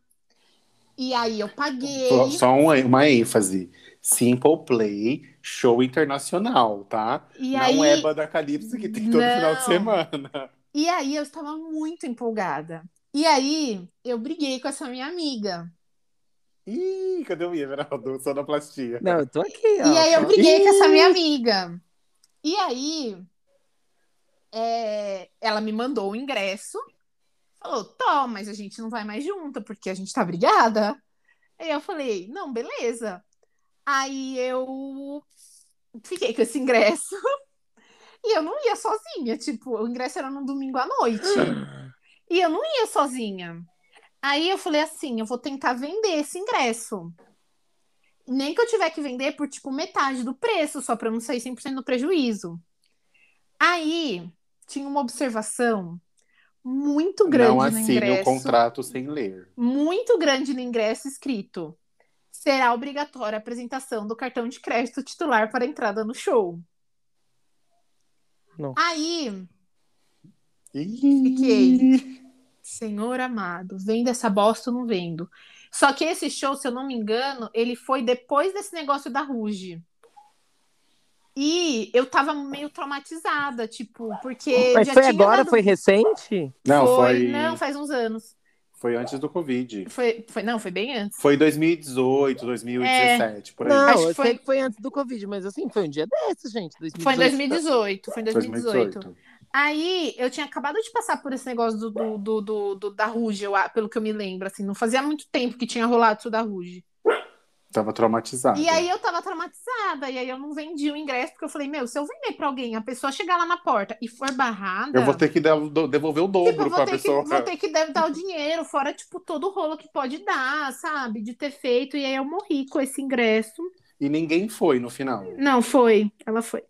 S3: E aí, eu paguei.
S1: Só, só um- uma ênfase. Simple Play, show internacional, tá?
S3: E
S1: não
S3: aí,
S1: é Banda Calypso que tem todo
S3: Não.
S1: final de semana.
S3: E aí eu estava muito empolgada. E aí eu briguei com essa minha amiga.
S1: Ih, cadê o Everaldo? Sonoplastia.
S2: Não, eu tô aqui, ó.
S3: E aí eu
S2: Tô-
S3: briguei com essa minha amiga. E aí é, ela me mandou o ingresso. Falou, Tó, mas a gente não vai mais junto, porque a gente tá brigada. Aí eu falei, não, beleza. Aí eu fiquei com esse ingresso. E eu não ia sozinha, tipo, o ingresso era num domingo
S1: (gasps)
S3: à noite. E eu não ia sozinha. Aí eu falei assim, eu vou tentar vender esse ingresso. Nem que eu tiver que vender por, tipo, metade do preço, só pra eu não sair 100% no prejuízo. Aí, tinha uma observação muito grande
S1: não
S3: no
S1: assine o
S3: ingresso.
S1: contrato sem ler.
S3: Muito grande no ingresso escrito. Será obrigatória a apresentação do cartão de crédito titular para a entrada no show.
S2: Nossa.
S3: Aí,
S1: Ih,
S3: Fiquei. Senhor amado, vendo essa bosta ou não vendo? Só que esse show, se eu não me engano, ele foi depois desse negócio da Ruge. E eu tava meio traumatizada, tipo, porque.
S2: Mas
S3: já
S2: foi
S3: tinha
S2: agora?
S3: dado-
S2: Foi recente?
S1: Não, foi,
S3: Não, faz uns anos.
S1: foi antes do Covid.
S3: Foi, foi, não, foi bem antes.
S1: Foi 2018, 2017, por aí.
S2: Não,
S3: Acho que
S2: eu
S3: foi-
S2: sei que foi antes do Covid, mas assim, foi um dia desses, gente. 2018.
S3: Foi em 2018. Foi em 2018.
S1: 2018.
S3: Aí eu tinha acabado de passar por esse negócio do, do, do, do- do- da Ruge, eu a- pelo que eu me lembro, assim, não fazia muito tempo que tinha rolado isso da Ruge.
S1: Tava traumatizado.
S3: E aí eu tava traumatizada, e aí eu não vendi o ingresso, porque eu falei, meu, se eu vender pra alguém, a pessoa chegar lá na porta e for barrada.
S1: Eu vou ter que dar- do- devolver o
S3: Tipo,
S1: dobro
S3: eu
S1: pra
S3: vou ter, que,
S1: pessoa. né?"
S3: vou ter que dar dar o dinheiro, fora, tipo, todo o rolo que pode dar, sabe? De ter feito. E aí eu morri com esse ingresso.
S1: E ninguém foi no final.
S3: Não, foi. Ela foi.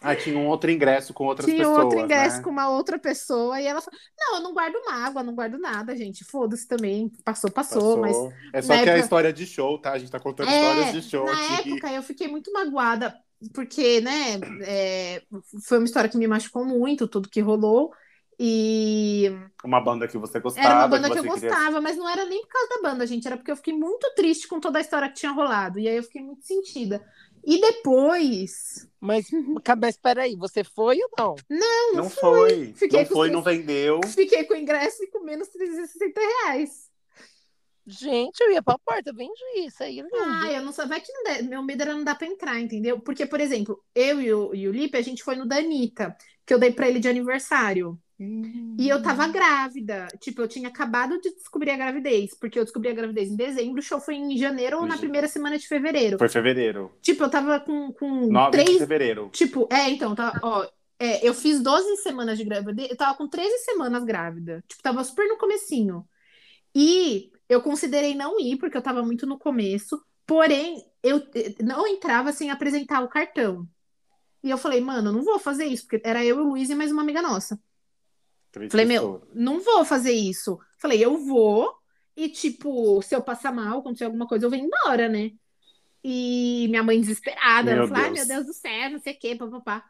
S1: Ah, tinha um outro ingresso com outras
S3: Tinha um
S1: pessoas.
S3: outro ingresso
S1: né?
S3: com uma outra pessoa e ela falou: Não, eu não guardo mágoa, não guardo nada, gente. Foda-se também. Passou, passou,
S1: Passou.
S3: mas.
S1: É só
S3: na
S1: que é a
S3: época-
S1: história de show, tá? A gente tá contando
S3: É,
S1: histórias de show
S3: Na
S1: aqui.
S3: época eu fiquei muito magoada, porque, né, é, foi uma história que me machucou muito, tudo que rolou. E
S1: Uma banda que você gostava.
S3: era uma banda que eu
S1: você queria-
S3: gostava, mas não era nem por causa da banda, gente. Era porque eu fiquei muito triste com toda a história que tinha rolado. E aí eu fiquei muito sentida. E depois.
S2: Mas,
S3: Uhum.
S2: ca- mas peraí, você foi ou não?
S1: Não, foi.
S3: Fiquei
S1: não
S3: com
S1: foi,
S3: os
S1: não vendeu.
S3: Fiquei com o ingresso e com menos 360 reais.
S2: Gente, eu ia pra porta, eu vendi isso aí. é lindo.
S3: Ah, eu não sei. Vai que não der. meu medo era não dar pra entrar, entendeu? Porque, por exemplo, eu e o, e o Lipe, a gente foi no da Anitta, que eu dei pra ele de aniversário. E eu
S1: Uhum.
S3: tava grávida. Tipo, eu tinha acabado de descobrir a gravidez, porque eu descobri a gravidez em dezembro, o show foi em janeiro ou na
S1: Gente.
S3: primeira semana de fevereiro.
S1: é. Foi fevereiro.
S3: Tipo, eu tava com, com
S1: 9 de
S3: três.
S1: fevereiro.
S3: Tipo, é, então, tá, ó. é, eu fiz 12 semanas de gravidez, eu tava com 13 semanas grávida. Tipo, tava super no comecinho. E eu considerei não ir, porque eu tava muito no começo. Porém, eu eh, não entrava sem apresentar o cartão. E eu falei, mano, eu não vou fazer isso, porque era eu, o Luiz e mais uma amiga nossa.
S1: Três
S3: Falei, meu,
S1: pessoas.
S3: Não vou fazer isso. Falei, eu vou. E, tipo, se eu passar mal, acontecer alguma coisa, eu vou embora, né? E minha mãe desesperada.
S1: Meu
S3: ela falou, ai,
S1: Deus.
S3: meu Deus do céu, não sei o quê, papapá.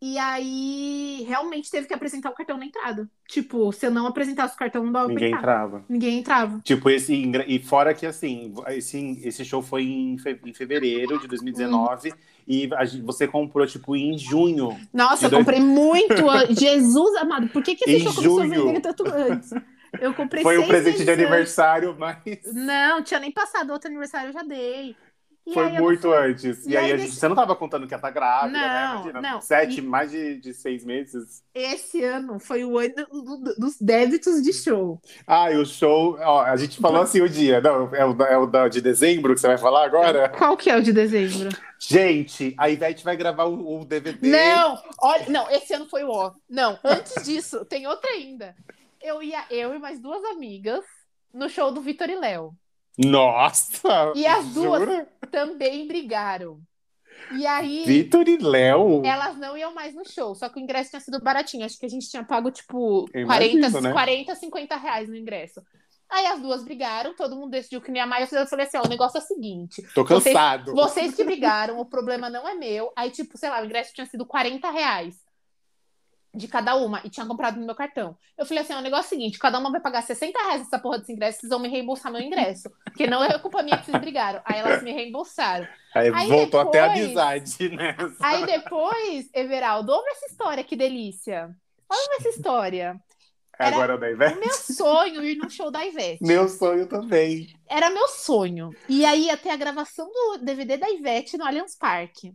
S3: E aí, realmente teve que apresentar o cartão na entrada. Tipo, se eu não apresentasse o cartão, não dava pra
S1: Ninguém
S3: entrar.
S1: entrava.
S3: Ninguém entrava.
S1: Tipo, esse. ingra- E fora que, assim, esse, esse show foi em, fe- em fevereiro de 2019.
S3: Hum.
S1: E a gente- você comprou, tipo, em junho. E
S3: Nossa, eu
S1: daí-
S3: comprei muito. an-
S1: (laughs)
S3: Jesus amado, por que, que esse
S1: Em
S3: show começou a
S1: junho.
S3: vender tanto antes? Eu comprei
S1: Foi um
S3: seis
S1: presente de
S3: meses antes.
S1: aniversário, mas
S3: Não, tinha nem passado outro aniversário, eu já dei. E
S1: foi
S3: aí eu
S1: muito antes. E,
S3: E
S1: aí,
S3: aí
S1: a gente,
S3: desse-
S1: você não tava contando que ela tá grávida, né?
S3: Não,
S1: Imagina,
S3: não.
S1: Sete,
S3: E-
S1: mais de, de seis meses.
S3: Esse ano foi o ano do- do- dos débitos de show.
S1: Ah, e o show. Ó, a gente falou assim o dia. Não, é o, da- é o da- de dezembro que você vai falar agora?
S3: Qual que é o de dezembro?
S1: Gente, a Ivete vai gravar o, o DVD.
S3: Não, olha, não, esse ano foi o ó. Não, antes disso, tem outra ainda. Eu ia, eu e mais duas amigas no show do Vitor e Léo.
S1: Nossa!
S3: E as duas
S1: Jura?
S3: também brigaram. E aí,
S1: Vitor e Léo.
S3: elas não iam mais no show, só que o ingresso tinha sido baratinho. Acho que a gente tinha pago, tipo,
S1: Eu
S3: 40,
S1: imagino, né?
S3: 40, 50 reais no ingresso. Aí as duas brigaram, todo mundo decidiu que não ia mais. Eu falei assim: ó, o negócio é o seguinte.
S1: Tô cansado.
S3: Vocês que brigaram, o problema não é meu. Aí, tipo, sei lá, o ingresso tinha sido 40 reais de cada uma e tinha comprado no meu cartão. Eu falei assim: ó, o negócio é o seguinte: cada uma vai pagar 60 reais dessa porra desse ingresso, vocês vão me reembolsar meu ingresso. Porque não é culpa minha que vocês brigaram. Aí elas me reembolsaram.
S1: Aí,
S3: Aí
S1: voltou até a
S3: depois-
S1: amizade né? nessa.
S3: Aí depois, Everaldo, ouve essa história, que delícia. Ouve essa história. era-
S1: Agora é da
S3: O
S1: Ivete.
S3: meu sonho ir num show da Ivete.
S1: Meu sonho também.
S3: Era meu sonho. E aí ia ter a gravação do DVD da Ivete no Allianz Parque.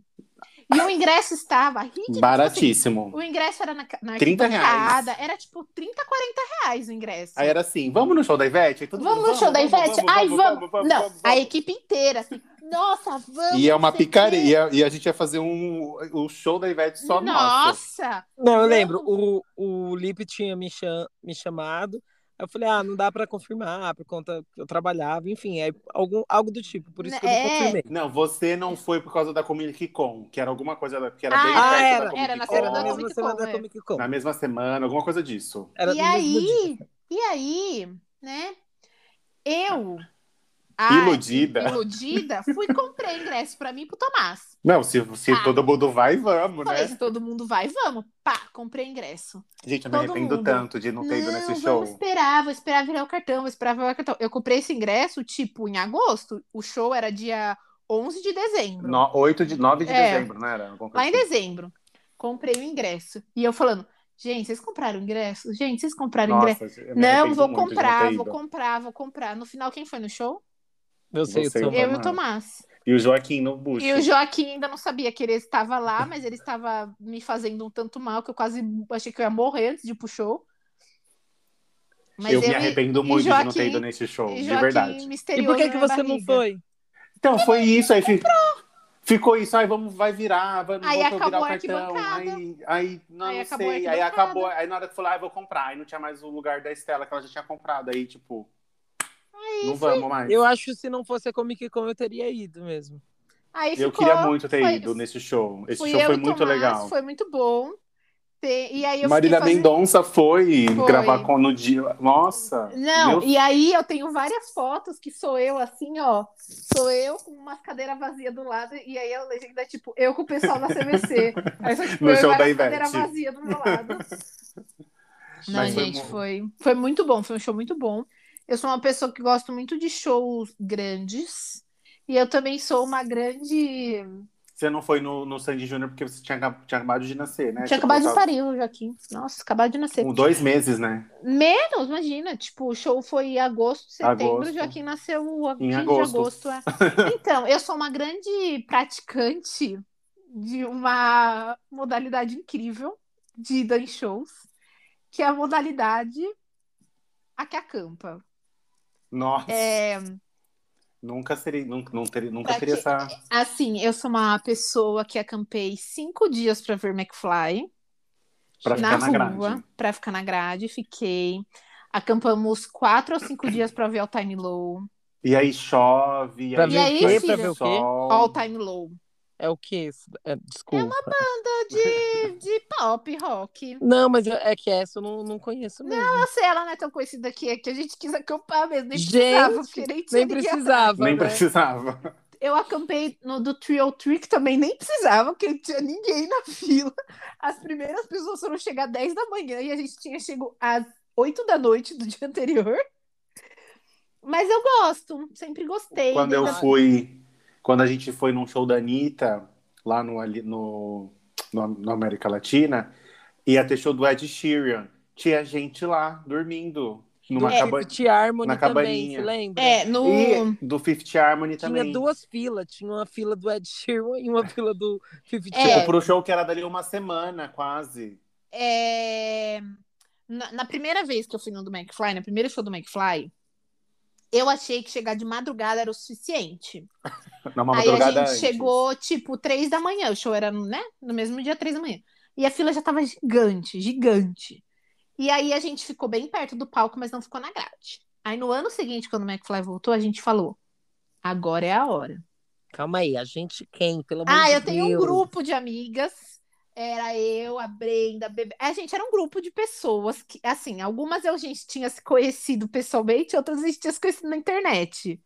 S3: E o ingresso estava ridículo.
S1: Baratíssimo.
S3: O ingresso era na, na
S1: 30 reais.
S3: arquibancada, era tipo 30, 40 reais o ingresso.
S1: Aí era assim, vamos no show da Ivete? Aí todo
S3: Vamos
S1: mundo,
S3: no show da Ivete? Ai, vamos! Não,
S1: vamos,
S3: a
S1: vamos.
S3: equipe inteira, assim, nossa, vamos!
S1: E é uma
S3: não sei o quê.
S1: picaria. E a gente ia fazer um, o show da Ivete só nosso.
S3: Nossa!
S2: Não, eu lembro, o, o Lipe tinha me, cham- me chamado. Eu falei, ah, não dá pra confirmar, por conta que eu trabalhava, enfim, é algum, algo do tipo, por isso que eu não
S3: É.
S2: confirmei.
S1: Não, você não foi por causa da Comic Con, que era alguma coisa da, que era
S3: Ah,
S1: bem
S2: era.
S1: perto
S2: Era,
S1: da Comic
S3: era na
S1: Con.
S2: Era
S3: Era
S2: na
S3: da
S2: mesma
S3: Comic
S2: semana
S3: Con,
S2: da
S3: é.
S2: Comic Con.
S1: Na mesma semana, alguma coisa disso.
S2: Era
S3: e
S2: no mesmo dia.
S3: aí, e aí, né? Eu, Ah,
S1: Iludida.
S3: a, iludida, fui e comprei ingresso pra mim e pro Tomás.
S1: Não, se, se
S3: Ah.
S1: todo mundo vai, vamos,
S3: Falei,
S1: né?
S3: se todo mundo vai, vamos. Pá, comprei ingresso.
S1: Gente, eu me
S3: todo
S1: arrependo
S3: mundo.
S1: tanto de não ter ido nesse show.
S3: vamos esperar, vou esperar virar o cartão, vou esperar virar o cartão. Eu comprei esse ingresso, tipo, em agosto. O show era dia 11 de dezembro.
S1: No, 8 de, 9 de
S3: É.
S1: dezembro, não era? Alguma coisa
S3: Lá em
S1: assim.
S3: dezembro, comprei o ingresso. E eu falando, gente, vocês compraram o ingresso? Gente, vocês compraram o ingresso?
S1: Nossa, eu me
S3: né? Não,
S1: arrependo
S3: vou
S1: muito de não
S3: comprar,
S1: ter
S3: vou
S1: ido.
S3: comprar, vou comprar. No final, quem foi no show?
S2: Eu sei,
S1: Você-
S2: eu sou.
S1: Tomás.
S2: um
S3: Eu e o Tomás.
S1: E o Joaquim no bucho.
S3: E o Joaquim ainda não sabia que ele estava lá, mas ele estava me fazendo um tanto mal que eu quase achei que eu ia morrer antes de ir pro show. Mas
S1: eu
S3: e-
S1: me arrependo muito de não ter
S3: Joaquim-
S1: ido nesse show,
S3: e
S1: Tipo, de
S3: Joaquim
S1: verdade.
S3: misterioso
S2: E por que,
S3: na
S2: que
S3: minha
S2: você não
S3: barriga.
S2: foi?
S1: Então, foi isso, aí fi- ficou isso, aí vamos, vai virar, vai, não
S3: Aí
S1: vou virar
S3: acabou
S1: o
S3: a
S1: cartão,
S3: arquibancada.
S1: aí, aí não,
S3: Aí
S1: não
S3: acabou a
S1: sei, aí
S3: arquibancada.
S1: acabou, aí na hora que eu falei, ah, eu vou comprar, aí não tinha mais o lugar da Estela que ela já tinha comprado, aí tipo, não vamos mais.
S2: Eu acho que se não fosse a Comic Con, eu teria ido mesmo.
S3: Aí
S1: Eu
S3: ficou,
S1: queria muito ter
S3: foi-
S1: ido nesse show, esse
S3: fui
S1: show
S3: eu
S1: foi
S3: e
S1: muito
S3: Tomás,
S1: legal.
S3: Foi muito bom. Tem- E aí eu
S1: Marília
S3: fiquei fazendo...
S1: Mendonça foi,
S3: Foi.
S1: gravar com no dia, nossa,
S3: Não,
S1: meu-
S3: e aí eu tenho várias fotos que sou eu assim, ó. Sou eu com uma cadeira vazia do lado, e aí a legenda é tipo, eu com o pessoal da
S1: (laughs)
S3: CBC. Aí só, tipo,
S1: No
S3: eu e
S1: show da
S3: várias
S1: Ivete.
S3: cadeiras vazias do
S1: (laughs)
S3: meu lado. Não,
S1: Mas foi
S3: gente,
S1: bom.
S3: foi, foi muito bom, foi um show muito bom. Eu sou uma pessoa que gosto muito de shows grandes, e eu também sou uma grande.
S1: você não foi no, no Sandy Júnior porque você tinha, acab- tinha acabado de nascer, né?
S3: Tinha
S1: Tipo,
S3: acabado de
S1: tava-
S3: parir o Joaquim. Nossa, acabado de nascer.
S1: Um, dois meses, né?
S3: Menos, imagina. Tipo, o show foi em agosto, setembro.
S1: Agosto.
S3: Joaquim nasceu a-
S1: Em
S3: 15
S1: agosto.
S3: de
S1: (laughs)
S3: agosto. é. Então, eu sou uma grande praticante de uma modalidade incrível de ida em shows, que é a modalidade a que acampa.
S1: Nossa.
S3: É,
S1: Nunca seria, nunca, não teria, nunca
S3: Pra
S1: teria
S3: quê?
S1: essa.
S3: assim, eu sou uma pessoa que acampei cinco dias para ver McFly.
S1: Pra
S3: na,
S1: ficar na
S3: rua
S1: grade.
S3: pra ficar na grade. Fiquei. Acampamos quatro ou cinco dias pra ver All Time Low.
S1: E aí chove, e
S2: Pra
S1: aí,
S3: ver o quê?
S1: faz
S3: Pra
S2: ver o quê?
S1: sol.
S3: All Time Low.
S2: É o que?
S3: É
S2: desculpa.
S3: Banda de, de pop, rock.
S2: Não, mas eu- é que essa eu não, não conheço mesmo.
S3: Eu sei, ela não é tão conhecida aqui, é que a gente quis acampar mesmo. Nem
S2: Gente,
S3: precisava, porque nem tinha
S2: Nem
S3: ninguém
S2: precisava.
S1: Nem
S2: né?
S1: precisava.
S3: Eu acampei no do Trio Trick também, nem precisava, porque não tinha ninguém na (laughs) fila. As primeiras pessoas foram chegar às 10 da manhã e a gente tinha chego às 8 da noite do (laughs) dia anterior. Mas eu gosto, sempre
S1: (laughs)
S3: gostei.
S1: Quando eu
S3: desde a-
S1: fui. Quando a gente foi num show da Anitta, lá no, ali- no, no, no América Latina, ia ter show do Ed Sheeran. Tinha gente lá dormindo. Numa
S2: Do
S1: caba-
S2: Fifth É, tipo, Harmony
S1: na
S2: também,
S1: cabaninha.
S2: se lembra?
S3: É, no.
S1: né? E do Fifth Harmony
S2: Tinha
S1: também.
S2: duas filas. Tinha uma fila do Ed Sheeran e uma fila do Fifth
S3: É.
S1: Tipo,
S2: Harmony.
S1: pro show que era dali uma semana, quase.
S3: é, na, na primeira vez que eu fui no do McFly, no primeiro show do McFly, eu achei que chegar de madrugada era o suficiente.
S1: Na uma
S3: Aí a gente
S1: madrugada antes.
S3: chegou, tipo, três da manhã. O show era, né? No mesmo dia, três da manhã. E a fila já tava gigante, gigante. E aí a gente ficou bem perto do palco, mas não ficou na grade. Aí no ano seguinte, quando o McFly voltou, a gente falou: agora é a hora.
S2: Calma aí, a gente quem? Pelo amor
S3: Ah,
S2: de
S3: eu tenho um
S2: Deus.
S3: grupo de amigas. Era eu, a Brenda, a Bebê. A gente era um grupo de pessoas que, assim, algumas a gente tinha se conhecido pessoalmente, outras a gente tinha se conhecido na internet.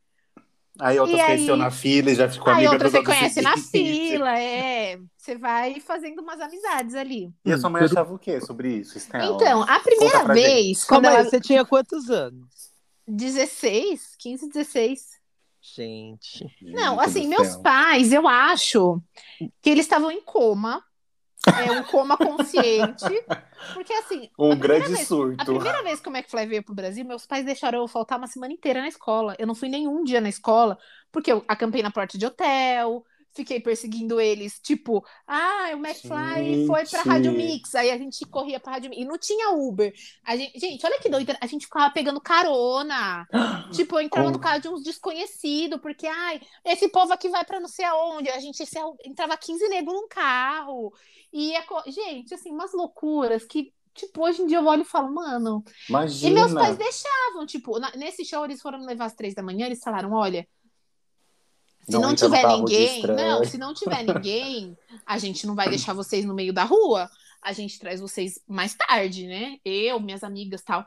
S1: Aí outra
S3: E aí-
S1: conheceu na fila e já ficou
S3: Aí
S1: amiga
S3: outra
S1: do
S3: você
S1: ano (laughs)
S3: conhece na
S1: seguinte.
S3: fila, é. Você vai fazendo umas amizades ali.
S1: E a sua mãe achava o quê sobre isso, Estela?
S3: Então, a
S1: É, Conta
S3: primeira
S1: pra é
S3: vez, quando
S2: Calma aí,
S3: ela.
S2: você tinha quantos anos?
S3: 16, 15, 16.
S2: Gente.
S3: Não,
S1: Gente
S3: assim,
S1: do
S3: meus
S1: céu.
S3: pais, eu acho que eles estavam em coma. É um
S1: (laughs)
S3: coma consciente. Porque, assim, a
S1: Um
S3: primeira
S1: grande
S3: vez- a
S1: surto.
S3: primeira vez que o McFly veio pro Brasil, meus pais deixaram eu faltar uma semana inteira na escola. Eu não fui nenhum dia na escola, porque eu acampei na porta de hotel, fiquei perseguindo eles, tipo, ah, o McFly foi pra
S1: Gente.
S3: Rádio Mix, aí a gente corria pra Rádio Mix, e não tinha Uber. A gente, gente, olha que doida, a gente ficava pegando carona, tipo, eu entrava no
S1: Como?
S3: carro de uns desconhecidos, porque, ai, esse povo aqui vai pra não sei aonde, a gente se arru- entrava 15 negros num carro, e, ia co- gente, assim, umas loucuras que, tipo, hoje em dia eu olho e falo, mano, e
S1: Imagina.
S3: meus pais deixavam, tipo, na- nesse show eles foram me levar às três da manhã, eles falaram, olha, se
S1: Não
S3: não,
S1: entra no
S3: tiver
S1: carro de
S3: ninguém,
S1: estranho.
S3: não, se não tiver ninguém, a gente não vai deixar vocês no meio da rua, a gente traz vocês mais tarde, né? Eu, minhas amigas, tal.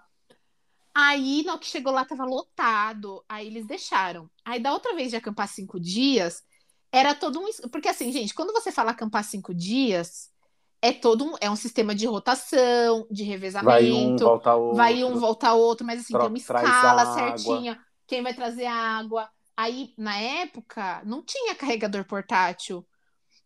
S3: Aí, na hora que chegou lá, tava lotado, aí eles deixaram. Aí, da outra vez de acampar cinco dias, era todo um... es- Porque assim, gente, quando você fala acampar cinco dias, é todo um... É um sistema de rotação, de revezamento.
S1: Vai um, volta outro.
S3: Vai um, volta outro, mas assim,
S1: Tro-
S3: tem uma
S1: traz
S3: escala
S1: água.
S3: certinha. Quem vai trazer água? Aí, na época, não tinha carregador portátil.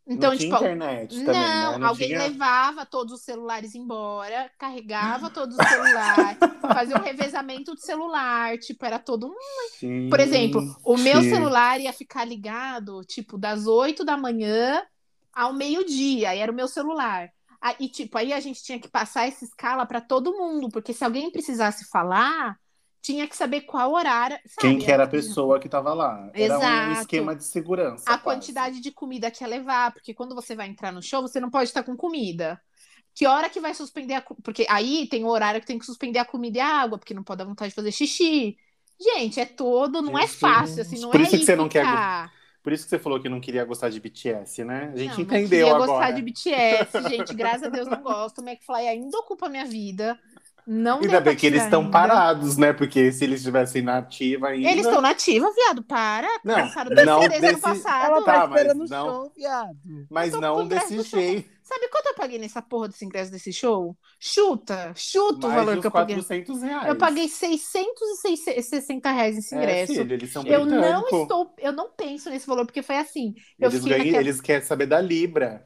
S3: Então,
S1: não
S3: tipo,
S1: tinha internet também,
S3: não,
S1: né? Não
S3: alguém
S1: tinha...
S3: levava todos os celulares embora, carregava todos
S1: (laughs)
S3: os celulares, fazia um revezamento de celular, tipo, era todo um.
S1: Sim.
S3: Por exemplo, o meu
S1: Sim.
S3: celular ia ficar ligado, tipo, das 8 da manhã ao meio-dia, aí era o meu celular. Aí, e, tipo, aí a gente tinha que passar essa escala para todo mundo, porque se alguém precisasse falar, tinha que saber qual horário. sabe?
S1: Quem que era a pessoa que tava lá? Era um
S3: Exato.
S1: esquema de segurança.
S3: a
S1: quase.
S3: quantidade de comida que ia levar, porque quando você vai entrar no show, você não pode estar com comida. Que hora que vai suspender a co- Porque aí tem o horário que tem que suspender a comida e a água, porque não pode dar vontade de fazer xixi. Gente, é todo, não é
S1: Jesus.
S3: fácil, assim, não
S1: Por
S3: é
S1: isso que você não quer
S3: ficar.
S1: Por isso que você falou que não queria gostar de BTS, né? A gente
S3: Não, não
S1: entendeu
S3: queria
S1: agora.
S3: gostar de BTS, gente, graças a Deus não gosto. O McFly ainda ocupa a minha vida. Não é deu
S1: Ainda
S3: pra
S1: bem que eles
S3: tirar
S1: estão
S3: ainda.
S1: parados, né? Porque se eles estivessem na ativa ainda.
S3: Eles estão na ativa, viado, para.
S1: Não,
S3: Passaram da
S1: não
S3: cereza
S1: desse-
S3: ano passado.
S2: Ela tá,
S1: Tá, mas
S2: esperando o
S1: não-
S2: show, viado.
S1: Mas
S3: tão
S1: não
S3: com graça
S1: desse
S3: do show.
S1: jeito.
S3: Sabe quanto eu paguei nessa porra desse ingresso desse show? Chuta, chuta o
S1: Mais
S3: valor
S1: de
S3: que eu
S1: uns
S3: paguei.
S1: 400 reais.
S3: Eu paguei 660 reais nesse ingresso.
S1: É, filho, eles são
S3: eu não
S1: britânico.
S3: estou, eu não penso nesse valor, porque foi assim. eu
S1: Eles,
S3: fiquei
S1: ganham-
S3: naquela-
S1: eles querem saber da Libra.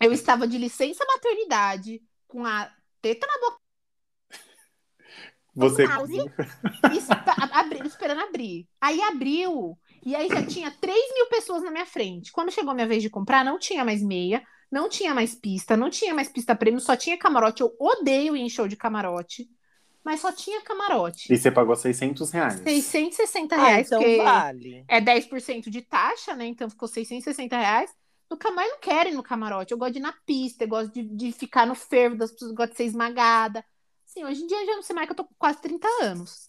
S1: É.
S3: Eu estava de licença maternidade, com a teta na
S1: Você.
S3: Mouse. espa- a- tá, abri- esperando abrir. Aí abriu, e aí já tinha 3 mil pessoas na minha frente. Quando chegou a minha vez de comprar, não tinha mais meia, não tinha mais pista, não tinha mais pista prêmio, só tinha camarote. Eu odeio ir em show de camarote, mas só tinha camarote.
S1: E você pagou 600 reais.
S3: 660
S2: Ah,
S3: reais,
S2: então
S3: É, porque
S2: vale.
S3: é 10% de taxa, né? Então ficou 660 reais. Nunca mais não quero ir no camarote. Eu gosto de ir na pista, eu gosto de, de ficar no fervo das pessoas, eu gosto de ser esmagada. Assim, hoje em dia eu já não sei mais que eu tô com quase 30 anos.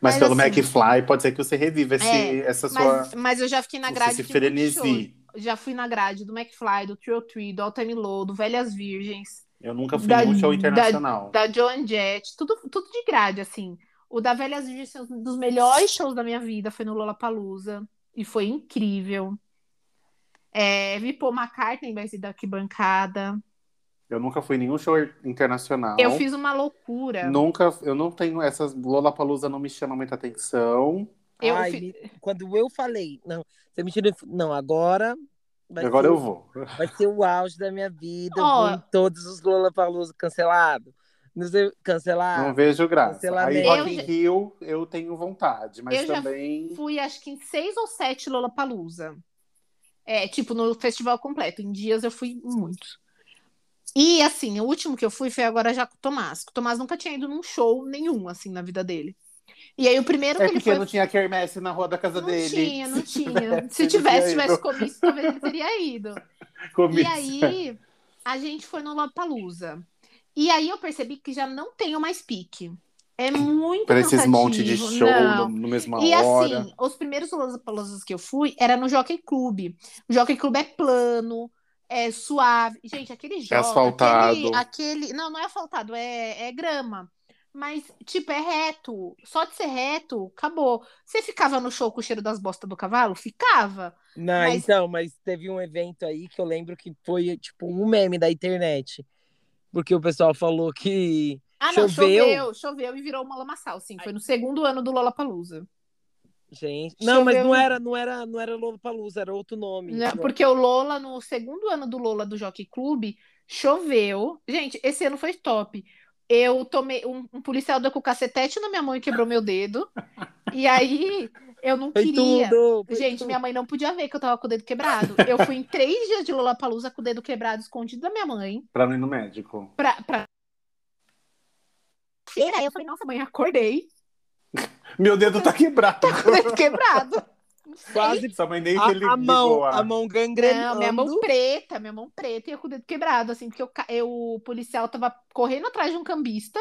S1: Mas,
S3: Mas
S1: pelo
S3: assim-
S1: McFly, pode ser que você reviva esse,
S3: É,
S1: essa sua.
S3: Mas, mas eu já fiquei na grade
S1: esse
S3: de muitos shows.
S1: frenesi.
S3: Já fui na grade do McFly, do Trio Tree, do All Time Low, do Velhas Virgens,
S1: Eu nunca fui
S3: Da-
S1: num show
S3: da-
S1: internacional.
S3: da Joan Jett, tudo, tudo de grade, assim. O da Velhas Virgens foi um dos melhores shows da minha vida, foi no Lollapalooza. E foi incrível. É, vi Paul McCartney mas da arquibancada.
S1: Eu nunca fui em nenhum show er- internacional.
S3: Eu fiz uma loucura.
S1: Nunca, eu não tenho essas Lollapalooza não me chama muita atenção.
S3: Eu
S2: Ai,
S3: fi-
S2: me- Quando eu falei, não, você me tirou. Não, agora. Vai
S1: Agora
S2: ser,
S1: eu vou.
S2: Vai ser o auge da minha vida.
S3: Ó.
S2: vou em todos os Lola Palusa cancelado. Não sei,
S1: não
S2: cancelado.
S1: vejo graça.
S2: cancelamento.
S1: Aí Rock in
S3: Eu já-
S1: Rio eu tenho vontade, mas
S3: Eu já
S1: também
S3: fui acho que em seis ou sete Lollapalooza. É, tipo, no festival completo. Em dias eu fui em muitos. E, assim, o último que eu fui foi agora já com o Tomás. O Tomás nunca tinha ido num show nenhum, assim, na vida dele. E aí, o primeiro
S1: é
S3: que ele
S1: porque
S3: foi...
S1: não tinha quermesse na rua da casa
S3: não
S1: dele. (laughs)
S3: tinha, não tinha.
S1: tivesse,
S3: Se
S1: ele
S3: tivesse,
S1: teria
S3: tivesse
S1: ido.
S3: comício, talvez ele teria ido.
S1: Comi-
S3: E aí, a gente foi no Lollapalooza. E aí, eu percebi que já não tenho mais pique. É muito
S1: Pra esses
S3: cansativo.
S1: monte de show né?
S3: Não.
S1: no, no mesma
S3: E
S1: hora.
S3: assim, os primeiros Lollapaloozas que eu fui era no Jockey Club. O Jockey Club é plano, é suave. Gente, aquele jogo,
S1: É asfaltado.
S3: Aquele, aquele- Não, não é asfaltado, é, é grama. Mas, tipo, é reto. Só de ser reto, acabou. Você ficava no show com o cheiro das bostas do cavalo? Ficava.
S2: Não,
S3: Mas-
S2: então, mas teve um evento aí que eu lembro que foi tipo um meme da internet. Porque o pessoal falou que.
S3: Ah, não,
S2: Choveu?
S3: choveu, choveu e virou uma lamaçal, sim. Foi no segundo ano do Lollapalooza.
S2: Gente.
S3: Deixa
S2: Não,
S3: eu
S2: mas
S3: ver
S2: não
S3: um-
S2: era, não era, não era Lola Palusa, era outro nome. Tipo,
S3: Né, Porque o Lola, no segundo ano do Lola do Jockey Club, choveu. Gente, esse ano foi top. Eu tomei. Um, um policial deu com o cacetete na minha mão e quebrou meu dedo. E aí eu não
S2: Foi
S3: queria.
S2: tudo. foi
S3: Gente,
S2: tudo.
S3: minha mãe não podia ver que eu tava com o dedo quebrado. Eu fui em três dias de Lollapalooza com o dedo quebrado escondido da minha mãe.
S1: Pra não ir no médico.
S3: Pra, pra... Feira, eu falei, nossa, mãe, acordei. (laughs)
S1: Meu dedo tá quebrado.
S3: com o dedo quebrado. Não sei.
S2: Quase
S1: Sua mãe nem
S2: a,
S1: que ele
S2: a mão,
S1: ligou
S2: a
S1: a...
S2: mão
S3: Não,
S2: gangrenando.
S3: minha mão preta, minha mão preta e eu com o dedo quebrado, assim, porque eu ca- eu- o policial tava correndo atrás de um cambista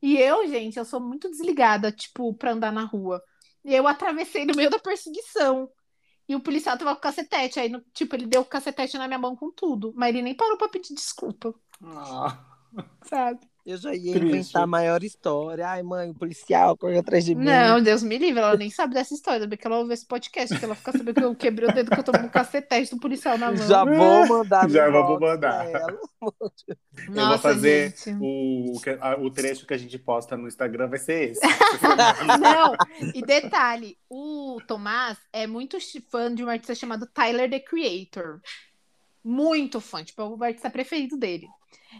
S3: e eu, gente, eu sou muito desligada, tipo, pra andar na rua. E eu atravessei no meio da perseguição. E o policial tava com cacetete, aí, no- tipo, ele deu o cacetete na minha mão com tudo, mas ele nem parou pra pedir desculpa,
S1: Ah,
S3: sabe?
S2: Eu já ia
S1: Triste.
S2: inventar a maior história. Ai, mãe, o policial correu atrás de mim.
S3: Não, Deus me livre, ela nem sabe dessa história, ainda bem que ela ouve esse podcast, que ela fica sabendo que eu quebrei o dedo, que eu tomo um cacetete do
S1: (laughs)
S3: policial na mão.
S2: Já vou mandar.
S1: Já
S2: no
S1: vou
S2: box pra
S1: mandar.
S2: ela.
S3: Nossa,
S1: vou fazer
S3: gente.
S1: O, o que- a- o trecho que a gente posta no Instagram vai ser
S3: (laughs)
S1: esse.
S3: Não, e detalhe, o Tomás é muito chi- fã de um artista chamado Tyler, the Creator. Muito fã, tipo, é o artista preferido dele.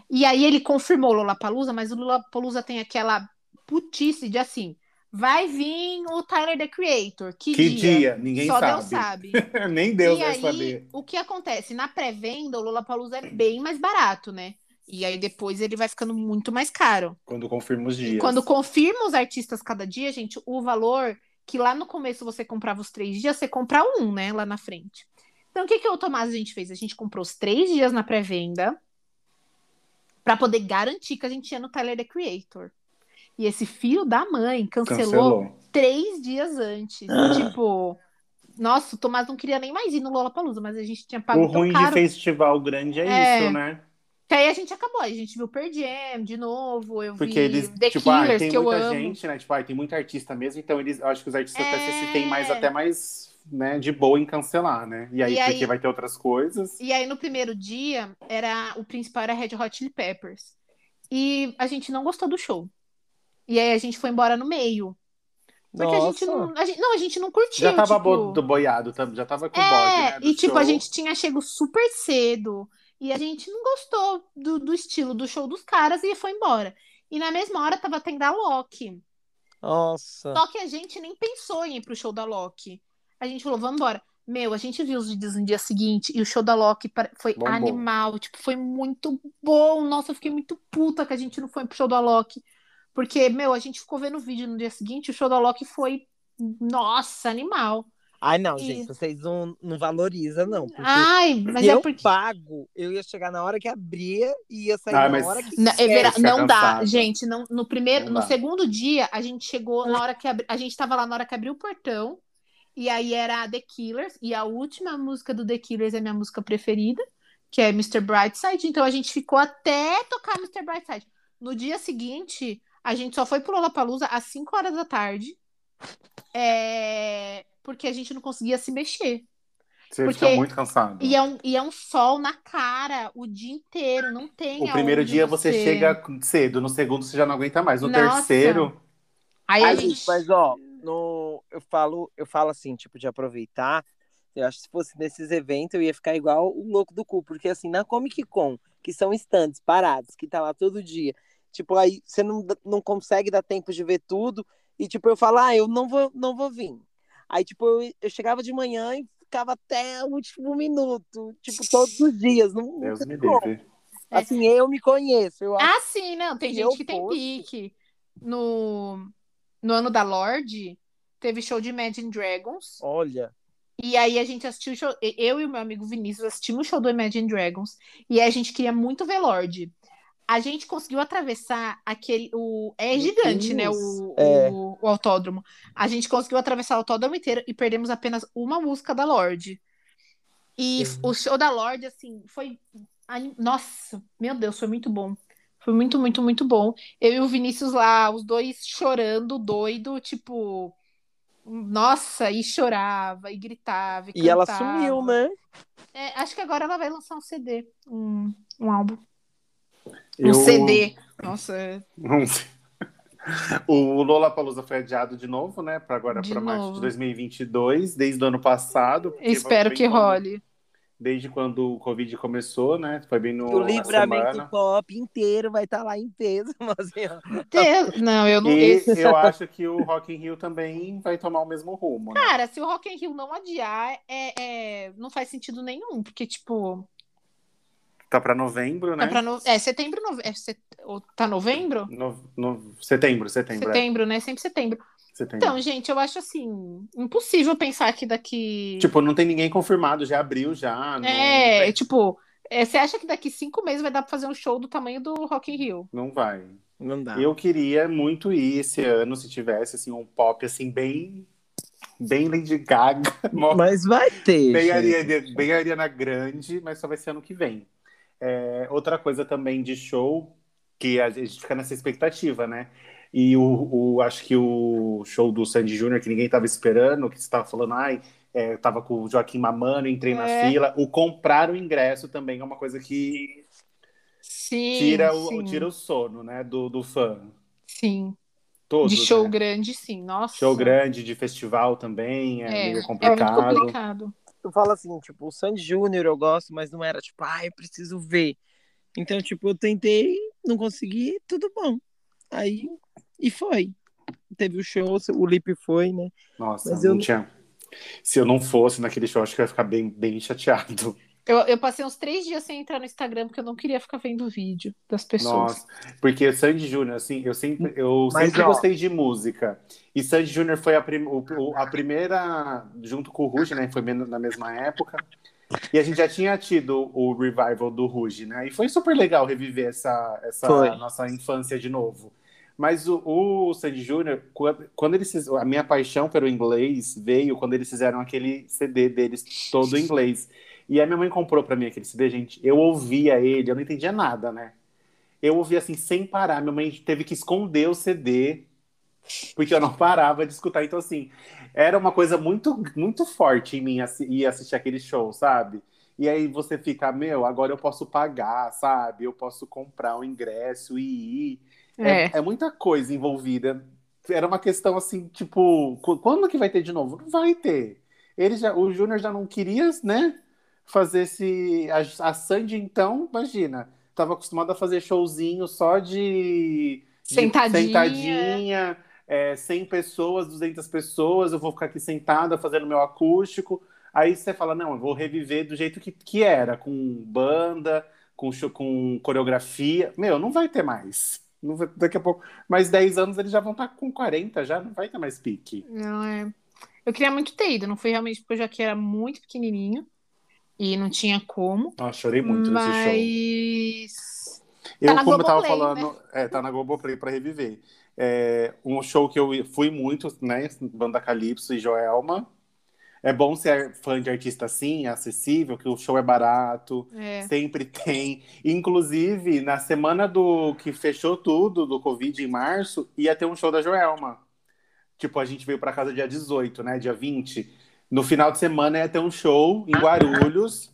S3: E aí ele confirmou o Lollapalooza, mas o Lollapalooza tem aquela putice de assim, vai vir o Tyler, the Creator, que,
S1: que
S3: dia?
S1: dia? Ninguém
S3: Só
S1: sabe.
S3: Deus sabe.
S1: Nem (laughs) Deus
S3: e
S1: vai
S3: aí,
S1: saber.
S3: o que acontece? Na pré-venda, o Lollapalooza é bem mais barato, né? E aí depois ele vai ficando muito mais caro.
S1: Quando confirma os dias.
S3: Quando confirma os artistas cada dia, gente, o valor que lá no começo você comprava os três dias, você compra um, né? Lá na frente. Então, o que, que o Tomás a gente fez? A gente comprou os três dias na pré-venda pra poder garantir que a gente ia no Tyler The Creator. E esse filho da mãe cancelou
S1: Cancelou. Ah.
S3: três dias antes. tipo, nossa, o Tomás não queria nem mais ir no Lollapalooza, mas a gente tinha pago
S1: O
S3: tão
S1: ruim de
S3: caro.
S1: festival grande é,
S3: É.
S1: isso, né?
S3: Que aí a gente acabou, a gente viu Pearl Jam de novo, eu
S1: Porque
S3: vi
S1: eles,
S3: The
S1: tipo, ah,
S3: Killers,
S1: tem
S3: que eu
S1: muita
S3: amo.
S1: gente, né? Tipo, ah, tem muito artista mesmo, então eles, eu acho que os artistas até
S3: É.
S1: se têm mais, até mais, né, de boa em cancelar, né? E aí,
S3: E aí-
S1: porque vai ter outras coisas.
S3: E aí no primeiro dia era o principal era Red Hot Chili Peppers. E a gente não gostou do show. E aí a gente foi embora no meio. Porque a gente,
S2: Nossa.
S3: não, a gente não, a gente não curtiu.
S1: já tava
S3: tipo...
S1: bo- do boiado, tam- já tava com o bode,
S3: É,
S1: né? do
S3: e tipo, a
S1: show.
S3: gente tinha chego super cedo. E a gente não gostou do, do estilo do show dos caras e foi embora. E na mesma hora tava tendo a Loki.
S2: Nossa.
S3: Só que a gente nem pensou em ir pro show da Loki. A gente falou, vamos embora. Meu, a gente viu os vídeos no dia seguinte e o show da Loki pare- foi
S1: Bombou.
S3: animal, tipo, foi muito bom. Nossa, eu fiquei muito puta que a gente não foi pro show da Loki. Porque, meu, a gente ficou vendo o vídeo no dia seguinte, e o show da Loki foi, nossa, animal.
S2: Ai, não,
S3: E-
S2: gente, vocês não, não valorizam, não. porque
S3: Ai, mas
S2: se
S3: é
S2: eu
S3: porque.
S2: pago, eu ia chegar na hora que abria e ia sair
S1: Ah,
S2: na
S1: mas-
S2: hora que.
S3: Não, é vera-
S1: fica
S3: não dá,
S1: cansado.
S3: gente. Não, no primeiro,
S1: Não
S3: no
S1: dá.
S3: segundo dia, a gente chegou na hora que abri- a gente tava lá na hora que abriu o portão. E aí era a The Killers e a última música do The Killers é minha música preferida, que é Mr. Brightside. Então a gente ficou até tocar Mr. Brightside. No dia seguinte, a gente só foi pro Lollapalooza às 5 horas da tarde. é, Porque a gente não conseguia se mexer.
S1: Você
S3: porque-
S1: fica muito cansado.
S3: E é, um, e é um sol na cara o dia inteiro, não tem
S1: O primeiro
S3: aonde
S1: dia você chega cedo, no segundo você já não aguenta mais, no
S3: Nossa.
S1: terceiro...
S3: Aí a
S2: Ai,
S3: gente...
S2: gente, mas ó, no, eu falo, eu falo assim, tipo, de aproveitar. Eu acho que se fosse nesses eventos, eu ia ficar igual o louco do cu, porque assim, na Comic Con, que são estantes parados, que tá lá todo dia, tipo, aí você não, dá- não consegue dar tempo de ver tudo, e tipo, eu falo, ah, eu não vou, não vou vir. Aí, tipo, eu, eu chegava de manhã e ficava até o último minuto, tipo, todos os dias. Não,
S1: Deus
S2: nunca
S1: me
S2: como.
S1: livre.
S2: Assim, eu me conheço, eu acho.
S3: Ah, sim, não. Tem
S2: Se
S3: gente
S2: eu
S3: que tem
S2: fosse-
S3: pique. No, no ano da Lorde, teve show de Imagine Dragons.
S2: Olha,
S3: E aí a gente assistiu o show. e- Eu e o meu amigo Vinícius assistimos o show do Imagine Dragons. E aí a gente queria muito ver Lorde. A gente conseguiu atravessar aquele. O, é
S2: Meu
S3: gigante, né?
S2: Deus.
S3: O,
S2: É.
S3: o, o autódromo. A gente conseguiu atravessar o autódromo inteiro e perdemos apenas uma música da Lorde. E
S2: Sim.
S3: o show da Lorde, assim, foi. ani- Nossa, meu Deus, foi muito bom. Foi muito, muito, muito bom. Eu e o Vinícius lá, os dois chorando, doido, tipo. Nossa, e chorava, e gritava. E,
S2: e ela
S3: cantava.
S2: sumiu, né?
S3: É, acho que agora ela vai lançar um CD, um, um álbum. Um
S1: Eu-
S3: CD. Nossa, é-
S1: Não sei. O Lollapalooza foi adiado de novo, né? Para agora,
S3: De
S1: para março
S3: novo.
S1: de 2022, desde o ano passado. porque
S3: espero
S1: foi
S3: que
S1: bem quando-
S3: role.
S1: Desde quando o Covid começou, né? Foi bem no
S2: O
S1: na
S2: livramento
S1: semana.
S2: pop inteiro vai estar lá em peso, (laughs) mas assim, ó.
S3: Deus- Não, eu não.
S1: E
S3: esse- é
S1: eu acho que o Rock in Rio também vai tomar o mesmo rumo, né?
S3: Cara, se o Rock in Rio não adiar, é, é- não faz sentido nenhum, porque, tipo,
S1: Tá para novembro, né?
S3: tá pra no- é setembro, nove... é set- ou tá novembro?
S1: No- no- Setembro, setembro, é.
S3: Setembro, né? Sempre setembro.
S1: setembro.
S3: Então, gente, eu acho assim, impossível pensar que daqui.
S1: Tipo, não tem ninguém confirmado, já abriu já. Não,
S3: É, tipo, é, você acha que daqui cinco meses vai dar pra fazer um show do tamanho do Rock in Rio?
S1: não vai.
S2: Não dá.
S1: Eu queria muito ir esse ano, se tivesse assim, um pop assim, bem. Bem Lady Gaga. (laughs) mó
S2: Mas vai ter.
S1: Bem
S2: gente.
S1: Ariana, bem Ariana Grande, mas só vai ser ano que vem. É, outra coisa também de show que a gente fica nessa expectativa, né? E o, o- acho que o show do Sandy Júnior, que ninguém tava esperando, que você tava falando, ai, é, eu tava com o Joaquim Mamano, entrei na
S3: É.
S1: fila. O comprar o ingresso também é uma coisa que
S3: Sim.
S1: tira o,
S3: sim,
S1: tira o sono, né, do, do fã.
S3: sim.
S1: Todos,
S3: De show
S1: né?
S3: grande, sim. Nossa.
S1: Show grande, de festival também, é,
S3: É,
S1: meio
S3: É muito
S1: complicado.
S3: complicado.
S2: Tu fala assim, tipo, o Sandy Júnior eu gosto, mas não era tipo, ah, eu preciso ver. Então, tipo, eu tentei, não consegui, tudo bom. Aí, e foi. Teve o show, o Lipe foi, né?
S1: Nossa,
S2: Mas
S1: não
S2: eu-
S1: tinha. Se eu não fosse naquele show, acho que eu ia ficar bem, bem chateado. (laughs)
S3: Eu, eu passei uns três dias sem entrar no Instagram porque eu não queria ficar vendo vídeo das pessoas.
S1: Nossa, porque Sandy Júnior, assim, eu sempre, eu
S2: Mas,
S1: sempre
S2: ó.
S1: gostei de música. E Sandy Júnior foi a, prim- o- o- a primeira, junto com o Ruge, né? Foi men- na mesma época. E a gente já tinha tido o revival do Ruge, né? E foi super legal reviver essa, essa
S2: Foi.
S1: nossa infância de novo. Mas o, o Sandy Júnior, quando, quando eles fiz- a minha paixão pelo inglês veio quando eles fizeram aquele CD deles todo em inglês. E a minha mãe comprou pra mim aquele CD, gente. Eu ouvia ele, eu não entendia nada, né? Eu ouvia assim sem parar. Minha mãe teve que esconder o CD porque eu não parava de escutar. Então assim, era uma coisa muito muito forte em mim assi- ir assistir aquele show, sabe? E aí você fica, meu, agora eu posso pagar, sabe? Eu posso comprar o ingresso e ir. É,
S3: É.
S1: é muita coisa envolvida. Era uma questão assim, tipo, qu- quando que vai ter de novo? Não vai ter. Ele já, o Júnior já não queria, né? Fazer esse. A, a Sandy, então, imagina. Tava acostumada a fazer showzinho só de. de
S3: Sentadinha.
S1: sentadinha, é, 100 pessoas, 200 pessoas. Eu vou ficar aqui sentada fazendo meu acústico. Aí você fala: não, eu vou reviver do jeito que, que era, com banda, com, show- com coreografia. Meu, não vai ter mais. Não vai- daqui a pouco. Mais 10 anos eles já vão estar com 40, já não vai ter mais pique.
S3: Não é. Eu queria muito ter ido, não fui realmente porque eu já que era muito pequenininho e não tinha como.
S1: Nossa, chorei muito nesse show.
S3: mas
S1: Eu,
S3: Tá na
S1: como eu tava
S3: Globoplay, né?
S1: falando, é, tá na Globoplay pra reviver. É, um show que eu fui muito, né? Banda Calypso e Joelma. É bom ser fã de artista assim, é acessível, que o show é barato,
S3: é.
S1: sempre tem. Inclusive, na semana do que fechou tudo, do Covid em março, ia ter um show da Joelma. Tipo, a gente veio pra casa dia 18, né? Dia 20. No final de semana ia ter um show em Guarulhos.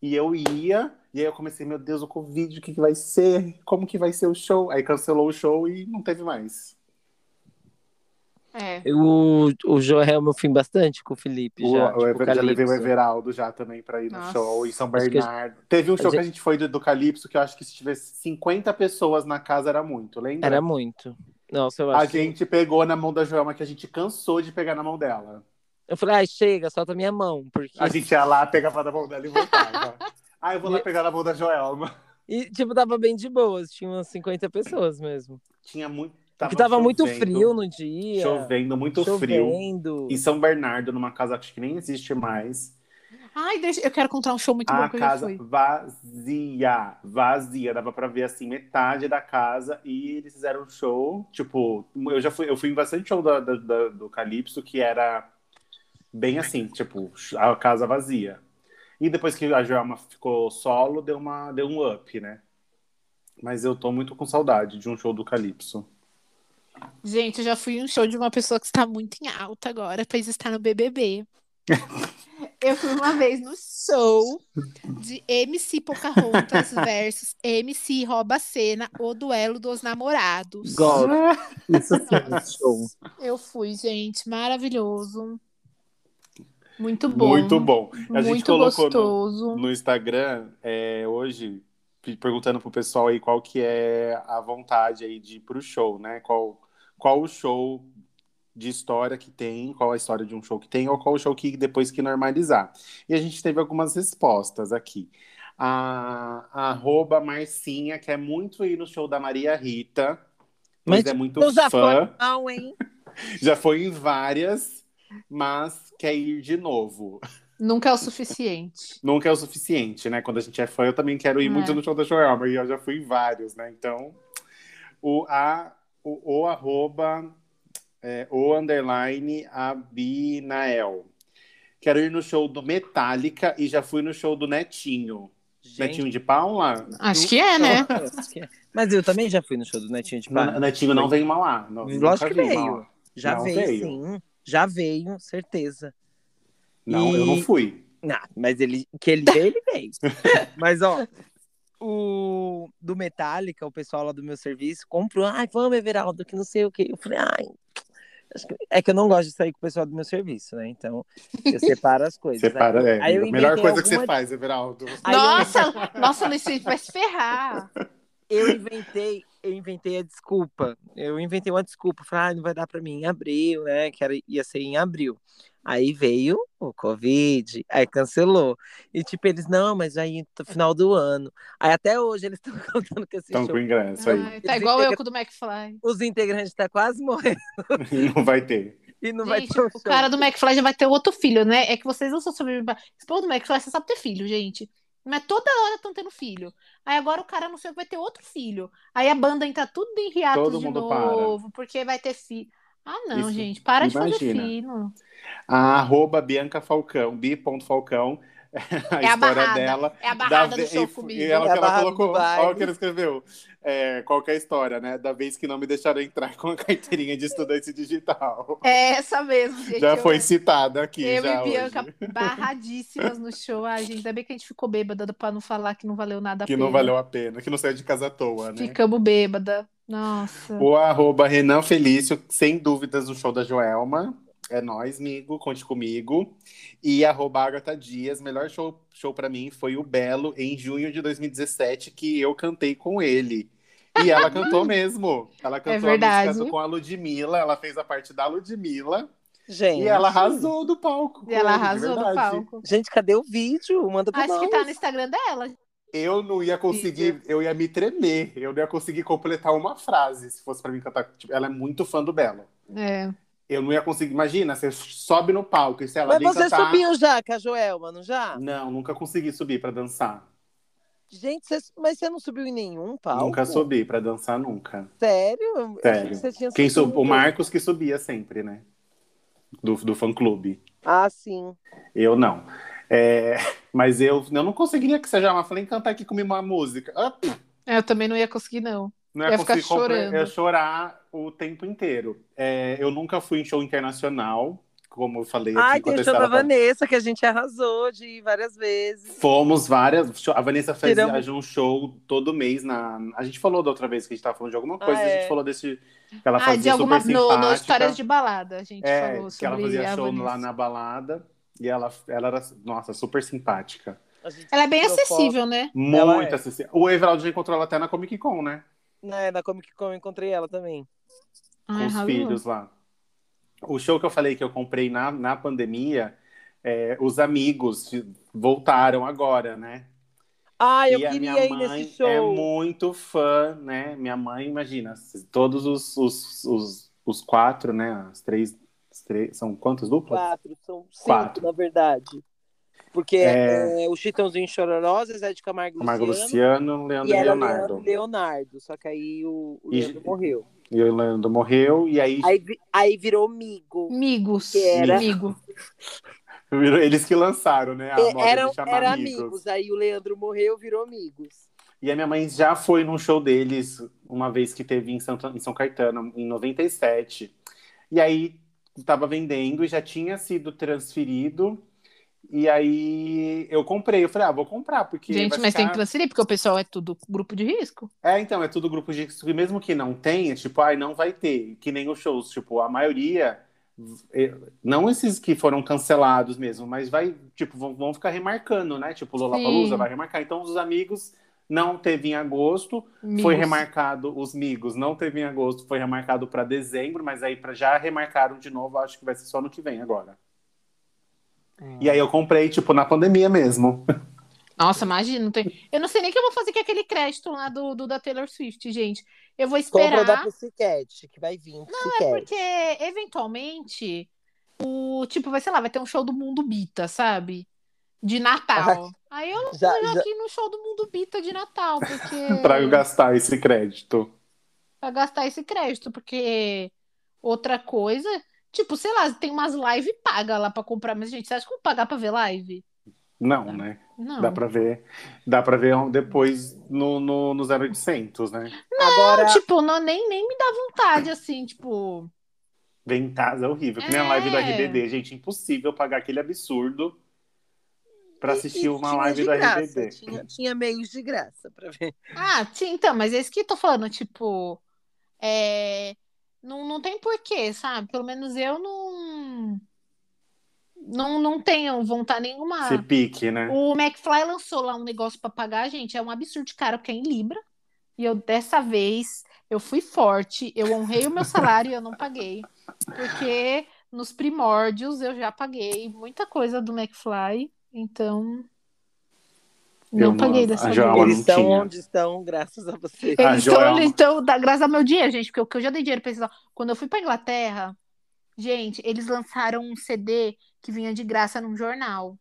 S1: E eu ia. E aí eu comecei, meu Deus, o Covid, o que, que vai ser? Como que vai ser o show? Aí cancelou o show e não teve mais.
S3: É.
S2: O, o Joel eu fui bastante com o Felipe
S1: O,
S2: já.
S1: o
S2: tipo,
S1: Ever- já levei o
S2: Calypso.
S1: Everaldo já também pra ir no
S3: Nossa.
S1: show em São
S2: Acho que a-
S1: Bernardo. Teve um show
S2: a
S1: que a gente foi do, do Calypso, que eu acho que se tivesse 50 pessoas na casa era muito, lembra?
S2: Era muito. Nossa, eu
S1: a
S2: acho. que-
S1: gente pegou na mão da Joelma, que a gente cansou de pegar na mão dela.
S2: Eu falei, ai, chega, solta minha mão. Porque...
S1: A gente ia lá, pegava na mão dela e
S2: (laughs)
S1: voltava. ah, eu vou lá pegar na mão da Joelma.
S2: E, tipo, tava bem de boas, tinha umas 50 pessoas mesmo.
S1: Tinha muito.
S2: Porque tava muito
S1: chovendo,
S2: frio no dia.
S1: Chovendo, muito frio.
S2: chovendo.
S1: Em São Bernardo, numa casa que acho que nem existe mais.
S3: Ai, deixa... eu quero contar um show muito
S1: A
S3: bom que eu já
S1: casa
S3: fui.
S1: vazia, vazia. Dava pra ver assim metade da casa e eles fizeram um show. Tipo, eu já fui, eu fui em bastante show da, da- da- do Calypso que era bem assim, tipo, a casa vazia. E depois que a Joelma ficou solo, deu, uma, deu um up, né? Mas eu tô muito com saudade de um show do Calypso.
S3: Gente, eu já fui em um show de uma pessoa que está muito em alta agora, pois está no
S1: (laughs)
S3: BBB. Eu fui uma vez no show de
S1: (laughs)
S3: MC Pocahontas versus MC Rouba Cena, o duelo dos namorados.
S2: Gosto.
S3: Ah,
S2: Isso
S3: Nossa.
S2: show.
S3: Eu fui, gente, maravilhoso. Muito bom.
S1: Muito bom. A gente
S3: muito
S1: colocou no,
S3: gostoso.
S1: no Instagram é, hoje pe- perguntando pro pessoal aí qual que é a vontade aí de ir pro show, né? Qual qual o show de história que tem, qual a história de um show que tem ou qual o show que depois que normalizar. E a gente teve algumas respostas aqui. A, a arroba Marcinha quer muito ir no show da Maria Rita, mas,
S2: Mas
S1: é muito
S2: eu já
S1: fã.
S2: foi mal, hein?
S1: Já foi em várias, mas quer ir de novo.
S3: Nunca é o suficiente.
S1: nunca é o suficiente, né? Quando a gente é fã, eu também quero ir
S3: É.
S1: muito no show da Joelma, e eu já fui em vários, né? Então, o, a, o, o arroba, é, o underline Abinael. Quero ir no show do Metallica e já fui no show do Netinho. Netinho de pau lá?
S3: Acho que é, né?
S2: Mas eu também já fui no show do Netinho de Pá.
S1: Não, Netinho não veio mal lá. Não,
S2: Lógico
S1: nunca
S2: que
S1: vi em
S2: veio.
S1: Mauá.
S2: Já
S1: Não
S2: veio,
S1: veio.
S2: sim. Já veio, certeza.
S1: Não, eu
S2: E-
S1: não fui.
S2: Não, mas ele, que ele veio, ele veio. (laughs) mas, ó, o do Metallica, o pessoal lá do meu serviço comprou. Ai, vamos, Everaldo, que não sei o quê. Eu falei, ai. acho que- É que eu não gosto de sair com o pessoal do meu serviço, né? Então, eu separo as coisas.
S1: Separa, é.
S2: aí eu
S1: a melhor
S2: inventei
S1: coisa que
S2: alguma-
S1: você
S2: Ah,
S1: faz, Everaldo.
S2: Aí eu-
S3: nossa, nossa, Luiz Felipe vai se ferrar.
S2: eu inventei, eu inventei a desculpa. Eu inventei uma desculpa. Falei, ah, não vai dar pra mim em abril, né? Que era, ia ser em abril. Aí veio o Covid, aí cancelou. E tipo, eles, não, mas aí no final do ano. Aí até hoje eles estão (laughs) contando que esse
S1: Então, com
S2: show.
S1: o ingresso aí.
S3: Ai, tá igual eu com o do McFly.
S2: Os integrantes tá quase morrendo
S1: (laughs) Não vai ter.
S2: e não vai
S3: Gente,
S2: ter um
S3: o
S2: show.
S3: cara do McFly já vai ter outro filho, né? É que vocês não são sobreviventes. Esse povo do McFly, você sabe ter filho, gente. Mas toda hora estão tendo filho. Aí agora o cara não sei o que vai ter outro filho. Aí a banda entra tudo em hiatus
S1: Todo
S3: de
S1: mundo
S3: novo, porque vai ter filho. Ah, não,
S1: Isso,
S3: gente. Para de fazer
S1: imagina.
S3: filho.
S1: A arroba Bianca Falcão, (laughs) bi.falcão, a
S3: É a
S1: história
S3: barrada.
S1: dela.
S3: É a barrada
S1: da
S3: do
S1: ve-
S3: show
S1: e-
S3: comigo.
S1: E ela,
S2: É a
S1: que ela
S2: barrada
S1: colocou,
S2: do baile.
S1: olha o que ela escreveu. É, qualquer história, né? Da vez que não me deixaram entrar (laughs) com a carteirinha de estudante digital.
S3: É essa mesmo, gente.
S1: já
S3: Eu-
S1: foi citada aqui.
S3: Eu
S1: já
S3: e Bianca
S1: hoje. (laughs)
S3: barradíssimas no show. Ai, gente, ainda bem que a gente ficou bêbada pra não falar que não valeu nada a
S1: Que
S3: pena.
S1: não valeu a pena, que não saiu de casa à toa, né?
S3: Ficamos bêbada. Nossa.
S1: O arroba Renan Felício, sem dúvidas, o show da Joelma. É nóis, amigo, conte comigo. E arroba Agatha Dias, melhor show, show para mim foi o Belo, em junho de 2017, que eu cantei com ele. E ela
S3: (laughs)
S1: cantou mesmo. Ela cantou a
S3: É verdade.
S1: música com a Ludmilla, ela fez a parte da Ludmilla.
S2: Gente,
S1: E ela arrasou do palco. com
S3: E ela
S1: ele, de
S3: arrasou no
S1: verdade.
S3: palco.
S2: gente, cadê o vídeo? Manda pra
S3: Acho
S2: nós.
S3: que tá no Instagram dela.
S1: Eu não ia conseguir, eu ia me tremer. Eu não ia conseguir completar uma frase, se fosse para mim cantar. Tipo, ela é muito fã do Belo.
S3: É.
S1: Eu não ia conseguir. Imagina, você sobe no palco e se ela
S2: Mas
S1: nem tá-
S2: você
S1: cantar-
S2: subiu já com a Joelma, não já?
S1: Não, nunca consegui subir pra dançar.
S2: Gente, você- mas você não subiu em nenhum palco?
S1: Nunca subi pra dançar nunca.
S2: Sério? Eu achei
S1: Sério.
S2: que Você tinha
S1: Quem sub...
S2: subido.
S1: O Marcos que subia sempre, né? Do, do fã clube.
S2: Ah, sim.
S1: Eu não. É, (laughs) Mas eu, eu não conseguiria que seja uma. Falei, cantar aqui comigo uma música. Ah, pff,
S3: É, Eu também não ia conseguir, não.
S1: não
S3: Eu ia ficar
S1: conseguir compre-
S3: chorando.
S1: Eu ia chorar o tempo inteiro. É, eu nunca fui em show internacional, como eu falei aqui
S2: Ai,
S1: com
S2: tem
S1: a
S2: o show
S1: Tessera
S2: da
S1: Val-
S2: Vanessa que a gente arrasou de ir várias vezes.
S1: Fomos várias. A Vanessa faz
S2: Tiramos-
S1: um show todo mês na. A gente falou da outra vez que a gente tava falando de alguma coisa,
S2: Ah,
S1: a
S2: é.
S1: gente falou desse. Que ela
S3: Ah,
S1: fazia
S3: de algumas
S1: super
S3: no, no
S1: simpática,
S3: histórias de balada, a gente
S1: é,
S3: falou
S1: que ela
S3: sobre
S1: fazia
S3: a
S1: show
S3: Vanessa.
S1: lá na balada. E ela, ela era, nossa, super simpática.
S2: A gente
S3: Ela é bem
S2: tirou
S3: acessível, né?
S1: Muito
S2: é.
S1: acessível. O Everaldo já encontrou ela até na Comic Con, né?
S2: foto. Né, na Comic Con eu encontrei ela também.
S1: Com
S3: Ai,
S1: os
S3: arrasou.
S1: filhos lá. O show que eu falei que eu comprei na, na pandemia, é, os amigos voltaram agora, né?
S2: Ah, eu
S1: e a minha
S2: queria ir
S1: mãe
S2: nesse show.
S1: é muito fã, né? Minha mãe, imagina, todos os, os, os, os quatro, né? As três, as três- São quantos duplas?
S2: Quatro, são cinco,
S1: Quatro.
S2: na verdade. Porque
S1: É.
S2: é, o Chitãozinho Chororó, Zé de Camargo,
S1: Marco
S2: Luciano,
S1: Luciano, Leandro
S2: e
S1: e
S2: ela
S1: Leonardo.
S2: Leandro e Leonardo. Só que aí o, o
S1: E-
S2: Leandro morreu.
S1: E o Leandro morreu, e aí,
S2: Aí, vi- aí virou Migo.
S3: Amigos.
S2: Que
S1: (laughs)
S2: era-
S3: Amigo.
S1: (laughs) virou- eles que lançaram, né? A moda
S2: Era,
S1: de chamar
S2: era
S1: amigos.
S2: amigos. Aí o Leandro morreu, virou amigos.
S1: E a minha mãe já foi num show deles, uma vez que teve em, Santa- em São Caetano, em 97. E aí estava vendendo e já tinha sido transferido. E aí eu comprei, eu falei, ah, vou comprar, porque.
S3: Gente,
S1: vai
S3: mas tem
S1: ficar...
S3: que transferir, porque o pessoal é tudo grupo de risco.
S1: É, então, é tudo grupo de risco, e mesmo que não tenha, tipo, ai, não vai ter, que nem os shows, tipo, a maioria, eh, não esses que foram cancelados mesmo, mas vai, tipo, vão, vão ficar remarcando, né? Tipo, Lollapalooza
S3: Sim.
S1: vai remarcar. Então, os amigos não teve em agosto, foi
S3: Amigos.
S1: remarcado, os amigos não teve em agosto, foi remarcado para dezembro, mas aí pra, já remarcaram de novo, acho que vai ser só no que vem agora.
S3: É.
S1: E aí eu comprei, tipo, na pandemia mesmo. (laughs)
S3: Nossa, imagina. Não tem... Eu não sei nem o que eu vou fazer com aquele crédito lá do, do da Taylor Swift, gente. Eu vou
S2: Compra
S3: esperar. é
S2: da Pussycat, que vai vir um Pussycat.
S3: Porque, eventualmente, o tipo, vai, sei lá, vai ter um show do Mundo Bita, sabe? De Natal. Aí eu
S2: Já-
S3: vou
S2: já-
S3: aqui no show do Mundo Bita de Natal, porque.
S1: (laughs) Pra eu gastar esse crédito.
S3: pra gastar esse crédito, porque outra coisa. Tipo, sei lá, tem umas live paga lá pra comprar, mas gente, você acha que eu vou pagar pra ver live?
S1: Não, né?
S3: Não.
S1: Dá pra ver. Dá pra ver um, depois no, no, no 0800, né?
S2: Agora,
S3: Tipo, não, nem, nem me dá vontade, assim, tipo.
S1: Vem em casa, é horrível. Que nem a live do
S3: É.
S1: RBD, gente. Impossível pagar aquele absurdo pra assistir
S2: e
S1: uma
S2: tinha
S1: live
S2: de
S1: do
S2: graça,
S1: RBD.
S2: Tinha, tinha meios de graça pra ver.
S3: Ah, sim, então, mas é isso que eu tô falando, tipo. É... Não, não tem porquê, sabe? Pelo menos eu não. Não, não tenho vontade nenhuma.
S1: Se pique, né?
S3: O McFly lançou lá um negócio pra pagar, gente. É um absurdo de cara, porque é em Libra. E eu, dessa vez, eu fui forte, eu honrei
S1: (laughs)
S3: o meu salário e eu não paguei. Porque nos primórdios eu já paguei muita coisa do McFly, então. Não
S1: Eu não-
S3: paguei dessa
S1: a
S3: vez.
S1: Joana- Ela
S2: Eles
S1: não
S2: estão
S1: tinha.
S2: onde estão, graças a você.
S1: Ah,
S3: Eles
S1: Joel.
S3: estão, eles estão, dá graças ao meu dinheiro, gente, porque o que eu já dei dinheiro pra eles. lá. Quando eu fui pra Inglaterra, gente, eles lançaram um CD que vinha de graça num jornal.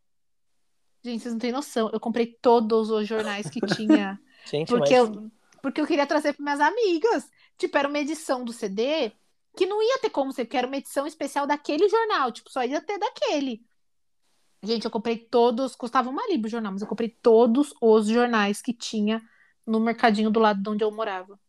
S3: Gente, vocês não têm noção. Eu comprei todos os jornais que tinha.
S2: Gente,
S3: porque,
S2: mas
S3: eu, porque eu queria trazer para minhas amigas. Tipo, era uma edição do CD que não ia ter como ser, porque era uma edição especial daquele jornal. Tipo, só ia ter daquele. Gente, eu comprei todos, custava uma libra o jornal, mas eu comprei todos os jornais que tinha no mercadinho do lado de onde eu morava.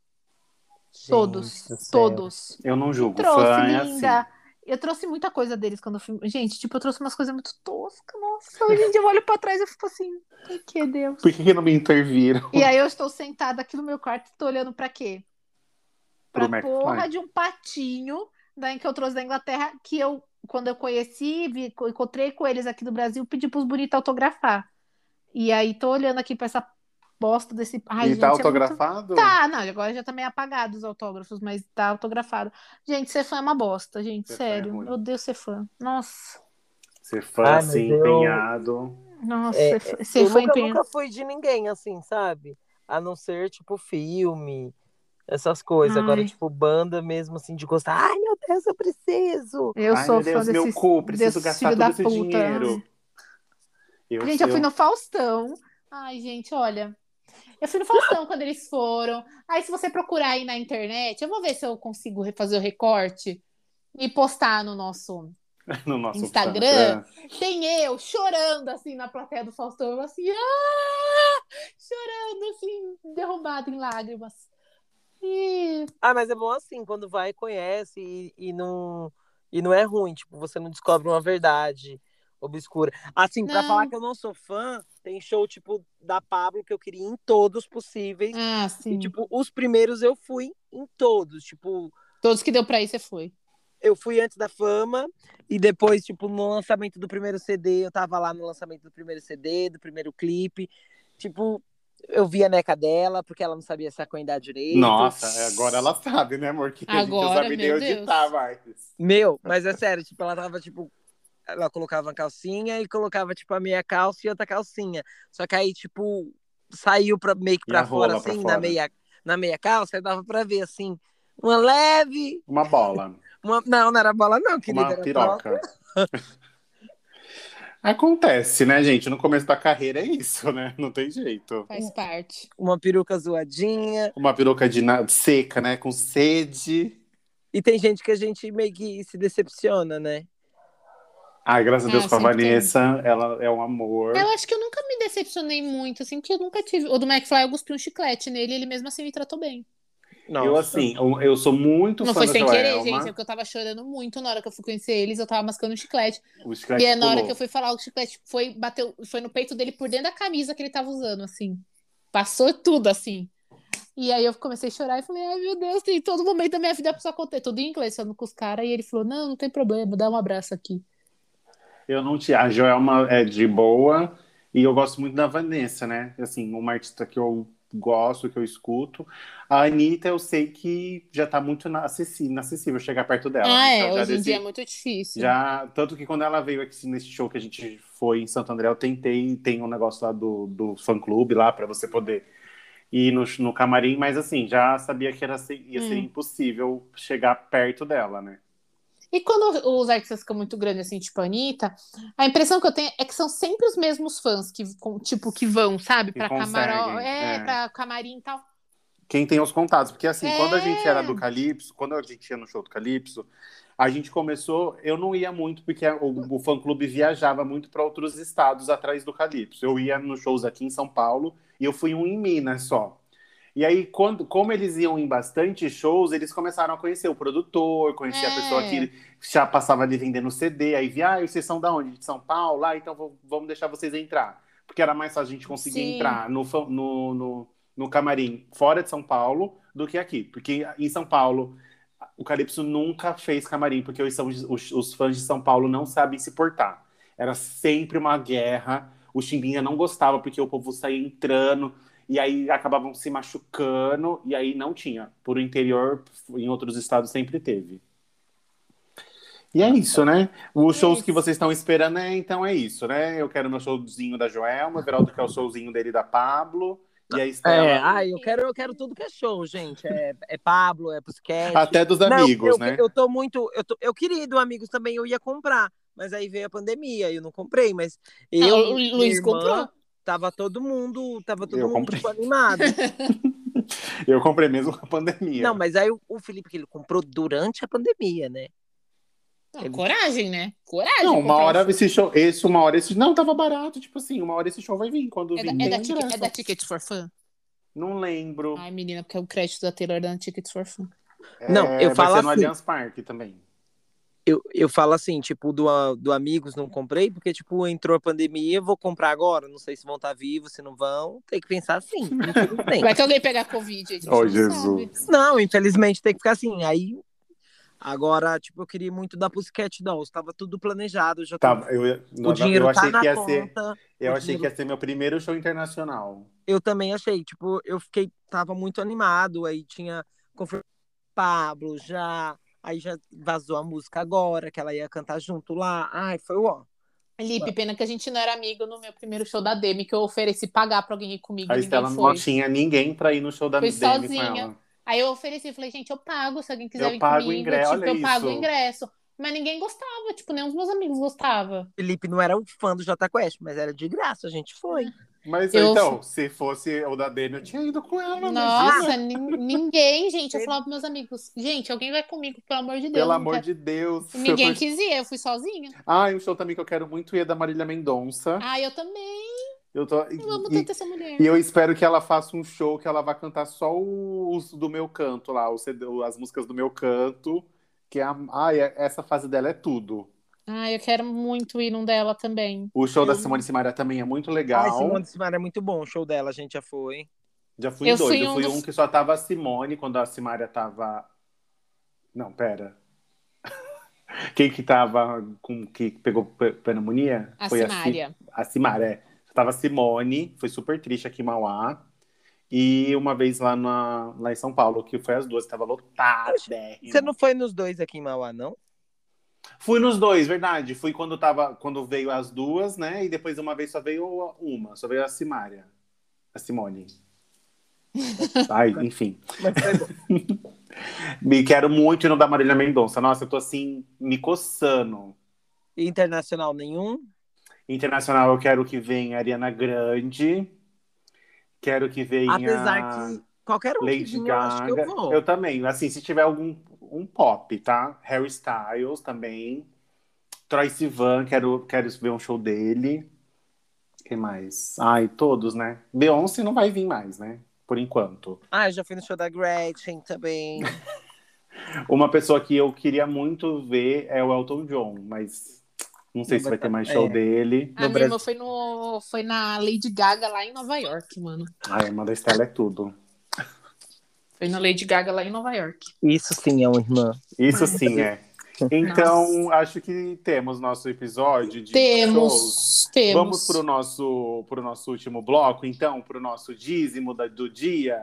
S2: Gente
S3: Todos.
S2: do céu.
S3: Todos.
S1: Eu não julgo.
S3: Trouxe,
S1: Fã é
S3: linda.
S1: assim.
S3: Eu trouxe muita coisa deles quando eu fui. Gente, tipo, eu trouxe umas coisas muito toscas. Nossa, hoje em dia eu olho pra trás e fico assim, por que Deus?
S1: Por que, que não me interviram?
S3: E aí eu estou sentada aqui no meu quarto e tô olhando pra quê? Pra
S1: Pro McFly.
S3: porra de um patinho daí que eu trouxe da Inglaterra, que eu, quando eu conheci, vi- encontrei com eles aqui do Brasil, pedi pros bonitos autografar. E aí tô olhando aqui pra essa bosta desse. Ai,
S1: e
S3: gente,
S1: tá
S3: é
S1: autografado?
S3: muito- Tá, não, agora já tá meio apagado os autógrafos, mas tá autografado. Gente, ser fã é uma bosta, gente,
S1: Ser fã é
S3: sério.
S1: ruim.
S3: meu Deus, ser fã. Nossa,
S1: Ser fã,
S2: Ai, mas
S1: assim,
S2: eu-
S1: empenhado.
S3: nossa,
S2: É,
S3: ser fã- ser
S2: eu
S3: fã
S2: nunca,
S3: empenhado.
S2: nunca fui de ninguém, assim, sabe? A não ser, tipo, filme, essas coisas. Agora,
S3: Ai.
S2: tipo, banda mesmo, assim, de gostar. Ai, meu Deus, eu preciso!
S3: Eu
S1: Ai,
S3: sou
S1: meu Deus,
S3: fã
S1: meu
S3: desses,
S1: cu, preciso
S3: desses
S1: gastar
S3: filho
S1: todo
S3: da
S1: esse
S3: puta.
S1: dinheiro. Eu,
S3: Gente, eu fui
S1: eu-
S3: no Faustão. Ai, gente, olha. Eu fui no Faustão quando eles foram. Aí, se você procurar aí na internet, eu vou ver se eu consigo refazer o recorte e postar no nosso.
S1: (laughs) no nosso
S3: Instagram. Tem eu chorando assim na plateia do Faustão. Eu assim, "Ah!" chorando assim, derrubado em lágrimas. E
S2: Ah, mas é bom assim, quando vai, conhece e, e não, e não é ruim, tipo, você não descobre uma verdade obscura. Assim, pra
S3: Não.
S2: falar que eu não sou fã, tem show, tipo, da Pablo que eu queria ir em todos possíveis.
S3: ah, sim.
S2: E, tipo, os primeiros eu fui em todos. Tipo,
S3: Todos que deu pra ir, você foi.
S2: eu fui antes da fama e depois, tipo, no lançamento do primeiro CD, eu tava lá no lançamento do primeiro CD, do primeiro clipe. Tipo, eu vi a neca dela, porque ela não sabia sacanear direito.
S1: Nossa, agora ela sabe, né, amor? Que a gente não
S3: Agora,
S1: sabe nem
S3: meu
S1: onde
S3: Deus.
S1: tá, Marcos.
S2: Meu, mas é sério, tipo, ela tava, tipo, ela colocava uma calcinha e colocava, tipo, a meia calça e outra calcinha. Só que aí, tipo, saiu pra, meio que
S1: E
S2: pra
S1: a rola
S2: fora,
S1: pra
S2: assim,
S1: fora.
S2: Na, meia, na meia calça, aí dava pra ver, assim, uma leve.
S1: Uma bola.
S2: Uma... Não, não era bola, não, querida.
S1: uma
S2: era bola.
S1: piroca. (laughs) Acontece, né, gente? No começo da carreira é isso, né? Não tem jeito.
S3: Faz parte.
S2: Uma peruca zoadinha.
S1: Uma piroca de na- seca, né? Com sede.
S2: E tem gente que a gente meio que se decepciona, né?
S1: Ai, graças a
S3: Ah,
S1: Deus com a
S3: sempre
S1: Vanessa, ela é um amor.
S3: Eu acho que eu nunca me decepcionei muito, assim, porque eu nunca tive. O do McFly, eu cuspi um chiclete nele, ele mesmo assim me tratou bem.
S1: Eu, assim, eu, eu sou muito
S3: Não
S1: fã
S3: foi
S1: da
S3: sem querer,
S1: Joelma.
S3: gente, é porque eu tava chorando muito na hora que eu fui conhecer eles, eu tava mascando um chiclete.
S1: O
S3: E
S1: chiclete
S3: aí, na hora
S1: pulou.
S3: que eu fui falar, o chiclete tipo, foi, bateu, foi no peito dele por dentro da camisa que ele tava usando, assim. Passou tudo, assim. E aí eu comecei a chorar e falei, ai meu Deus, tem todo momento da minha vida precisa acontecer. Tudo em inglês, falando com os caras. E ele falou, não, não tem problema, dá um abraço aqui.
S1: Eu não tinha. A Joelma é de boa e eu gosto muito da Vanessa, né? Assim, uma artista que eu gosto, que eu escuto. A Anitta, eu sei que já tá muito na- acessi- inacessível chegar perto dela.
S3: ah,
S1: Então,
S3: é,
S1: já
S3: hoje em
S1: desse-
S3: dia é muito difícil.
S1: Já, tanto que quando ela veio aqui nesse show que a gente foi em Santo André, eu tentei, tem um negócio lá do, do fã clube lá para você poder ir no, no camarim, mas assim, já sabia que era, se- ia ser
S3: Hum.
S1: impossível chegar perto dela, né?
S3: E quando os artistas ficam muito grandes, assim, tipo a Anitta, a impressão que eu tenho é que são sempre os mesmos fãs que, com- tipo, que vão, sabe?
S1: Que
S3: Pra
S1: conseguem,
S3: camarão, é,
S1: é.
S3: pra camarim e tal.
S1: Quem tem os contatos, porque assim,
S3: É.
S1: quando a gente era do Calypso, quando a gente ia no show do Calypso, A gente começou, eu não ia muito, porque o, o fã-clube viajava muito para outros estados atrás do Calypso. Eu ia nos shows aqui em São Paulo e eu fui um em Minas só. E aí, quando, como eles iam em bastante shows, eles começaram a conhecer o produtor, conhecer
S3: É.
S1: a pessoa que já passava ali vendendo CD. Aí via, ah, vocês são da onde? De São Paulo? Ah, então vou- vamos deixar vocês entrar. Porque era mais fácil a gente conseguir
S3: Sim.
S1: entrar no, fa- no, no, no camarim fora de São Paulo do que aqui. Porque em São Paulo, o Calypso nunca fez camarim, porque os, são- os, os fãs de São Paulo não sabem se portar. Era sempre uma guerra. O Chimbinha não gostava, porque o povo saía entrando e aí acabavam se machucando, e aí não tinha. Por interior, em outros estados sempre teve. E é isso, né? Os
S3: É
S1: shows
S3: isso.
S1: que vocês estão esperando, é, então é isso, né? Eu quero meu showzinho da Joelma, o Veraldo quer o showzinho dele da Pablo, e a Estela,
S2: É, ai, eu quero, eu quero tudo que é show, gente. É, é Pablo, é Busquets.
S1: até dos
S2: Não,
S1: amigos,
S2: eu,
S1: né?
S2: Eu tô muito. Eu, tô- eu queria ir do amigos também, eu ia comprar. Mas aí veio a pandemia, eu não comprei, mas eu.
S3: Não, o
S2: minha
S3: Luiz
S2: irmã,
S3: comprou.
S2: Tava todo mundo, tava todo
S1: Eu
S2: mundo
S1: comprei.
S2: tipo,
S1: (laughs)
S2: animado.
S1: Eu comprei mesmo com a pandemia.
S2: Não, mas aí o, o Felipe que ele comprou durante a pandemia, né?
S3: Não, coragem, né? Coragem.
S1: Não, uma
S3: comprar um
S1: hora
S3: show.
S1: esse show, esse, uma hora esse. Não, tava barato, tipo assim, uma hora esse show vai vir. Quando
S3: É
S1: vir,
S3: da, é,
S1: tem
S3: da ticket, é
S1: ingresso.
S3: da Ticket for Fun?
S1: Não lembro.
S3: Ai, menina, porque o crédito da Taylor é da Ticket for Fun.
S2: Não, eu
S1: É, vai
S2: falo
S1: ser no
S2: assim.
S1: Allianz Parque também.
S2: Eu, eu falo assim, tipo, do, a- do amigos não comprei, porque, tipo, entrou a pandemia, vou comprar agora. Não sei se vão estar vivos, se não vão. Tem que pensar
S1: (laughs)
S2: assim, infelizmente.
S3: Vai que alguém pegar Covid. a
S1: Ô,
S3: gente não
S1: É. Oh, Jesus.
S3: sabe.
S2: Não, infelizmente tem que ficar assim. Aí, agora, tipo, eu queria muito da Pussycat Dolls. Tava tudo planejado, já
S1: Tá,
S2: tava-
S1: eu,
S2: o dinheiro
S1: eu achei
S2: tá na
S1: que ia ser.
S2: conta.
S1: Eu
S2: O
S1: achei que ia ser meu primeiro show internacional.
S2: Eu também achei, tipo, eu fiquei, tava muito animado. Aí tinha confirmado Pablo já, aí já vazou a música agora, que ela ia cantar junto lá. Ai, foi ó.
S3: Felipe, pena que a gente não era amigo no meu primeiro show da Demi, que eu ofereci pagar pra alguém ir comigo.
S1: A
S3: e
S1: Estela
S3: ninguém
S1: não
S3: foi.
S1: tinha ninguém pra ir no show da
S3: Fui
S1: Demi com
S3: sozinha.
S1: ela.
S3: Aí eu ofereci, falei, gente, eu pago, se alguém quiser
S1: Eu
S3: vir
S1: pago o
S3: comigo,
S1: ingresso,
S3: tipo,
S1: olha
S3: eu pago o
S1: isso.
S3: ingresso. Mas ninguém gostava, tipo, nem os meus amigos gostavam.
S2: Felipe não era um fã do Jota Quest, mas era de graça, a gente foi.
S1: Mas
S3: Eu-
S1: então, se fosse o da Demi, eu tinha ido com ela. mas
S3: Nossa, nin- ninguém, gente. Eu falava pros meus amigos, gente, alguém vai comigo, pelo amor de Deus.
S1: Pelo
S3: não
S1: amor
S3: quero."
S1: de Deus.
S3: E Ninguém
S1: Eu tô-
S3: quis ir, eu fui sozinha.
S1: Ah, e um show também que eu quero muito ir é da Marília Mendonça.
S3: Ah, eu também.
S1: Eu tô...
S3: Eu amo
S1: e,
S3: tanto essa mulher.
S1: e eu espero que ela faça um show que ela vá cantar só os do meu canto lá, o CD as músicas do meu canto. Que é a... Ai, é- essa fase dela é tudo.
S3: Ah, eu quero muito ir num dela também.
S1: O show da
S3: Eu-
S1: Simone Simaria também é muito
S2: Ai,
S1: legal.
S2: Simone Simara é muito bom, o show dela, a gente já foi.
S1: Já fui em
S3: Eu
S1: dois.
S3: fui
S1: eu
S3: um
S1: fui
S3: dos-
S1: um que só tava a Simone quando a Simária tava. Não, pera. (laughs) Quem que tava com que pegou pe- pneumonia?
S3: A
S1: Foi assim
S3: Simária.
S1: A, Ci- a Simária, é. Só tava a Simone, foi super triste aqui em Mauá. E uma vez lá, na, lá em São Paulo, que foi as duas, que tava lotada.
S2: Você não foi nos dois aqui em Mauá, não?
S1: Fui nos dois, verdade. Fui quando tava, quando veio as duas, né? E depois uma vez só veio uma, só veio a Simária. A
S2: (laughs)
S1: Simone. Ai, enfim.
S2: Mas foi
S1: (laughs)
S2: bom.
S1: Me quero muito ir no da Marília Mendonça. Nossa, eu tô assim, me coçando.
S2: E Internacional nenhum?
S1: Internacional, eu quero que venha Ariana Grande. Quero que venha.
S2: Apesar que qualquer um que
S1: Lady
S2: vir, eu acho
S1: Gaga.
S2: que eu vou.
S1: também. Assim, se tiver algum um pop, tá? Harry Styles também. Troy Sivan, quero, quero ver um show dele. Quem mais? Ai, todos, né? Beyoncé não vai vir mais, né? Por enquanto.
S2: Ah, eu já fui no show da Gretchen também.
S1: Uma pessoa que eu queria muito ver é o Elton John, mas não sei se
S2: Não vai
S1: vai ter mais
S2: ter.
S1: show
S2: É.
S1: dele.
S3: A minha irmã foi, no, foi na Lady Gaga lá em Nova York, mano.
S1: Ai, uma da Estela é tudo.
S3: Foi na Lady Gaga lá em Nova York.
S2: Isso sim
S1: um
S2: é uma irmã.
S1: Isso sim é. Então, acho que temos nosso episódio de
S3: Temos,
S1: shows.
S3: temos.
S1: Vamos pro nosso, pro nosso último bloco, então, pro nosso dízimo da- do dia,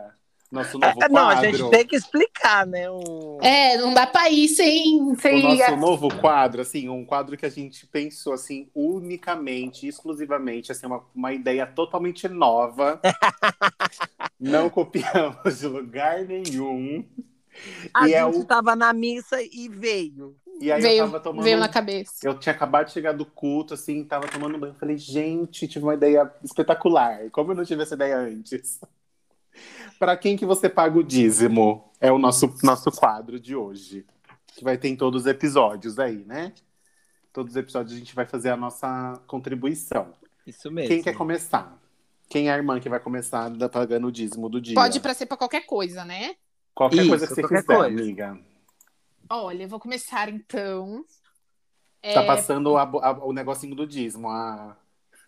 S1: nosso novo quadro.
S2: Ah, É, não, a gente tem que explicar, né? O...
S3: É, não dá pra ir sem.
S1: O
S3: sem...
S1: nosso novo quadro, assim, um quadro que a gente pensou, assim, unicamente, exclusivamente, assim, uma, uma ideia totalmente nova. Não copiamos de lugar nenhum.
S2: A
S1: e é
S2: gente
S1: o-
S2: tava na missa e veio.
S1: E aí
S3: veio,
S1: eu tava tomando... um
S3: veio na cabeça.
S1: Eu tinha acabado de chegar do culto, assim, tava tomando banho. Falei, gente, tive uma ideia espetacular. Como eu não tive essa ideia antes? (laughs) Pra quem que você paga o dízimo? É o nosso, nosso quadro de hoje. que vai ter em todos os episódios aí, né? Todos os episódios a gente vai fazer a nossa contribuição.
S2: Isso mesmo.
S1: Quem quer começar? Quem é a irmã que vai começar da- pagando o dízimo do dia?
S3: Pode ir pra ser pra qualquer coisa, né?
S1: Qualquer
S2: Isso,
S1: coisa que você
S2: qualquer
S1: quiser,
S2: coisa.
S1: amiga.
S3: Olha, eu vou começar então. É,
S1: Tá passando a bo- a- o negocinho do dízimo, a...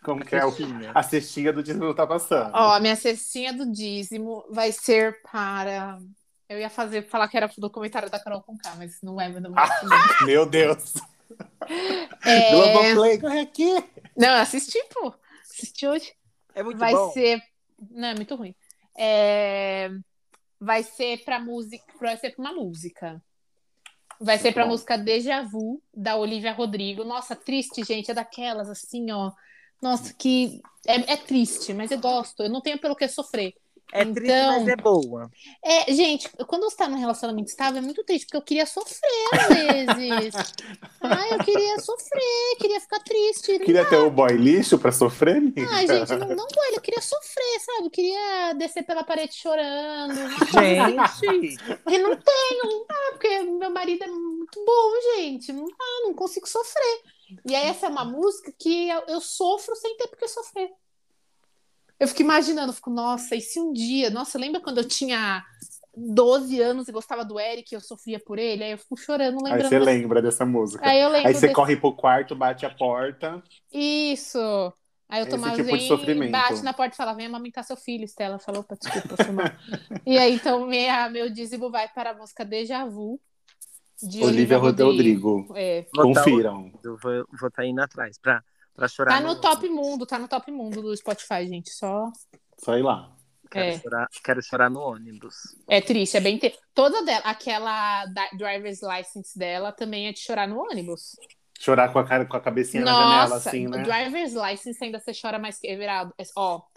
S1: Como que é o...
S2: Cristina.
S1: A cestinha do dízimo tá passando.
S3: Ó, a minha cestinha do dízimo vai ser para. Eu ia fazer falar que era do comentário da Carol com K, mas não é, não é.
S1: Meu Deus. Ah!
S3: é...
S1: Globoplay, corre aqui.
S3: Não, assisti, pô. Assisti hoje.
S2: É muito
S3: vai
S2: bom.
S3: ser. Não, é muito ruim. É, Vai ser pra música. Vai ser pra uma música. Vai ser
S1: Muito
S3: pra
S1: bom.
S3: música Deja Vu, da Olivia Rodrigo. Nossa, triste, gente. É daquelas assim, ó. Nossa, que. É, é triste, mas eu gosto. Eu não tenho pelo que sofrer.
S2: É triste,
S3: Então-
S2: mas é boa.
S3: É, gente, quando você tá num relacionamento estável, é muito triste, porque eu queria sofrer às vezes. Ai, eu queria sofrer, queria ficar triste.
S1: Queria ter o boy lixo pra sofrer, amiga.
S3: Ai, gente, não, não doeu, eu queria sofrer, sabe? Eu queria descer pela parede chorando.
S1: (laughs)
S2: Gente,
S3: Porque não tenho, não dá, porque meu marido é muito bom, gente. Não dá, não consigo sofrer. E aí essa é uma música que eu, eu sofro sem ter porque sofrer. Eu fico imaginando, eu fico, nossa, e se um dia, nossa, lembra quando eu tinha 12 anos e gostava do Eric, eu sofria por ele? Aí eu fico chorando,
S1: Aí
S3: lembrando.
S1: você lembra dessa música.
S3: Aí eu lembro
S1: Aí você
S3: desse-
S1: corre pro quarto, bate a porta.
S3: Isso. Aí eu
S1: Esse
S3: tomava
S1: tipo de
S3: vem,
S1: sofrimento.
S3: bate na porta e fala, vem amamentar seu filho, Estela. Falou, opa, desculpa, foi mal. e aí, então, minha, meu dízimo vai para a música Deja Vu, de
S1: Olivia
S3: Olivia, Rodrigo.
S1: Rodrigo.
S3: É.
S2: Vou
S1: um-
S2: tá-
S1: Confiram.
S2: Eu vou estar vou tá indo atrás pra, pra chorar.
S3: Tá no top mundo, tá no top mundo do Spotify, gente. Só
S1: Sai lá.
S2: Quero,
S3: É.
S2: chorar, quero chorar no ônibus.
S3: é triste, é bem triste. Toda dela, aquela da- driver's license dela também é de chorar no ônibus.
S1: Chorar com a, cara, com a cabecinha na janela,
S3: Nossa,
S1: assim, né?
S3: driver's license ainda você chora mais que Everaldo. É- Ó,
S1: (laughs)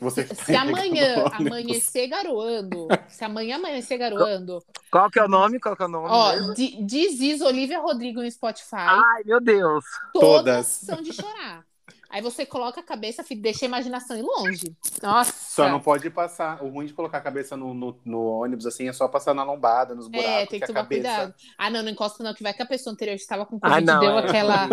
S1: Você
S3: Se amanhã
S1: pegando ônibus.
S3: amanhecer garoando, se amanhã amanhecer garoando,
S2: Qual que é o nome? Qual que é o nome?
S3: ó, di- This is Olivia Rodrigo no Spotify,
S2: Ai, meu Deus.
S3: todas
S1: todas.
S3: são de chorar. Aí você coloca a cabeça, fi- deixa a imaginação ir longe. Nossa.
S1: Só não pode passar. O ruim de colocar a cabeça no, no- no ônibus, assim, é só passar na lombada, nos buracos.
S3: É, tem que
S1: a
S3: tomar
S1: cabeça...
S3: cuidado. Ah, não, não encosta não, que vai que a pessoa anterior estava com
S2: Ah,
S3: Covid,
S2: não.
S3: deu
S2: é. (laughs)
S3: aquela...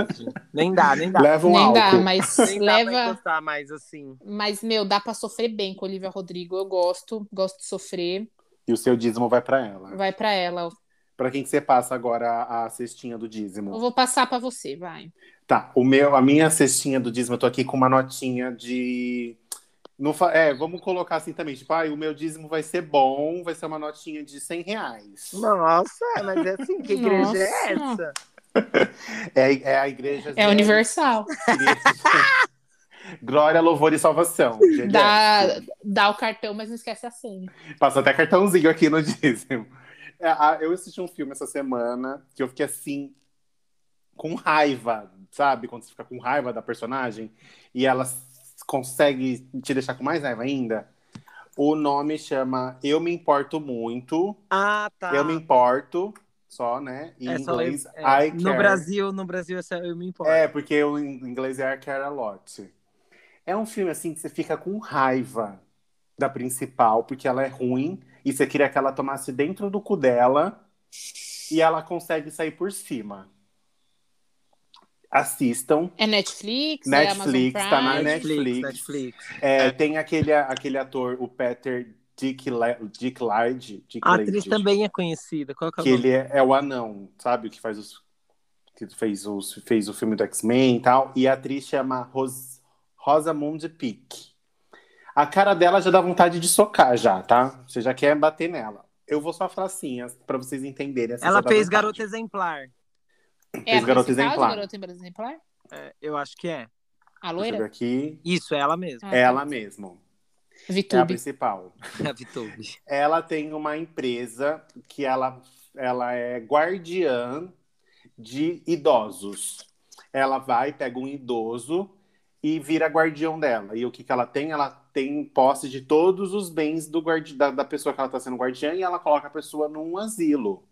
S2: Nem dá, nem dá.
S1: Leva um
S3: Nem dá,
S1: álcool.
S3: mas
S2: Nem dá pra
S3: leva...
S2: encostar mais assim.
S3: Mas, meu, dá pra sofrer bem com Olivia Rodrigo. Eu gosto, gosto de sofrer.
S1: E o seu dízimo vai pra ela.
S3: Vai pra ela.
S1: Pra quem que você passa agora a, a cestinha do
S3: Eu
S1: dízimo?
S3: vou passar pra você, vai.
S1: Tá, o meu, a minha cestinha do dízimo, eu tô aqui com uma notinha de. Não fa... É, vamos colocar assim também, tipo, ai, o meu dízimo vai ser bom, vai ser uma notinha de 100 reais.
S2: Nossa, mas é assim, que igreja é
S3: Nossa.
S2: essa?
S1: É, é a igreja.
S3: É universal.
S1: Glória, louvor e salvação. GDS.
S3: Dá, dá o cartão, mas não esquece a senha.
S1: Passa até cartãozinho aqui no dízimo. É, a- eu assisti um filme essa semana que eu fiquei assim, com raiva, sabe? Quando você fica com raiva da personagem e ela s- consegue te deixar com mais raiva ainda. O nome chama Eu Me Importo Muito.
S2: Ah, tá.
S1: Eu me importo, só, né? Em
S2: É só
S1: inglês,
S2: eu- é,
S1: I care.
S2: no Brasil, no Brasil essa eu me importo.
S1: É, porque eu, em inglês é I Care a Lot. É um filme assim que você fica com raiva da principal, porque ela é ruim e você queria que ela tomasse dentro do cu dela e ela consegue sair por cima. Assistam.
S3: É Netflix?
S1: Netflix,
S3: é Amazon Prime?
S1: tá na Net-
S2: Netflix,
S1: Netflix.
S2: Netflix.
S1: É, Tem aquele, aquele ator, o Peter Dicklade, Dicklade,
S2: A atriz
S1: Dicklade,
S2: também é conhecida. Qual que é o
S1: que
S2: nome?
S1: ele é, é o anão, sabe? O que faz os que fez, os, fez o filme do X-Men e tal. E a atriz chama Ros, Rosamund Pike. A cara dela já dá vontade de socar já, tá? Você já quer bater nela. Eu vou só falar assim, as- pra vocês entenderem. assim,
S2: Ela
S1: já dá
S2: fez
S1: vontade.
S2: Garota Exemplar.
S3: É a
S1: Fez Garota
S3: principal de
S1: Exemplar.
S3: Garota Exemplar?
S2: É, eu acho que é.
S1: Deixa eu
S3: A
S1: ver
S3: loira?
S1: aqui.
S2: Isso, é ela mesma. (laughs)
S3: Ah,
S1: Ela mesmo.
S3: tá.
S1: É a
S3: Vitube.
S1: principal.
S2: A Vitube.
S1: ela tem uma empresa que ela, ela é guardiã de idosos. Ela vai, pega um idoso e vira guardião dela. E o que, que ela tem? Ela tem posse de todos os bens do guardi da, da pessoa que ela está sendo guardiã e ela coloca a pessoa num asilo.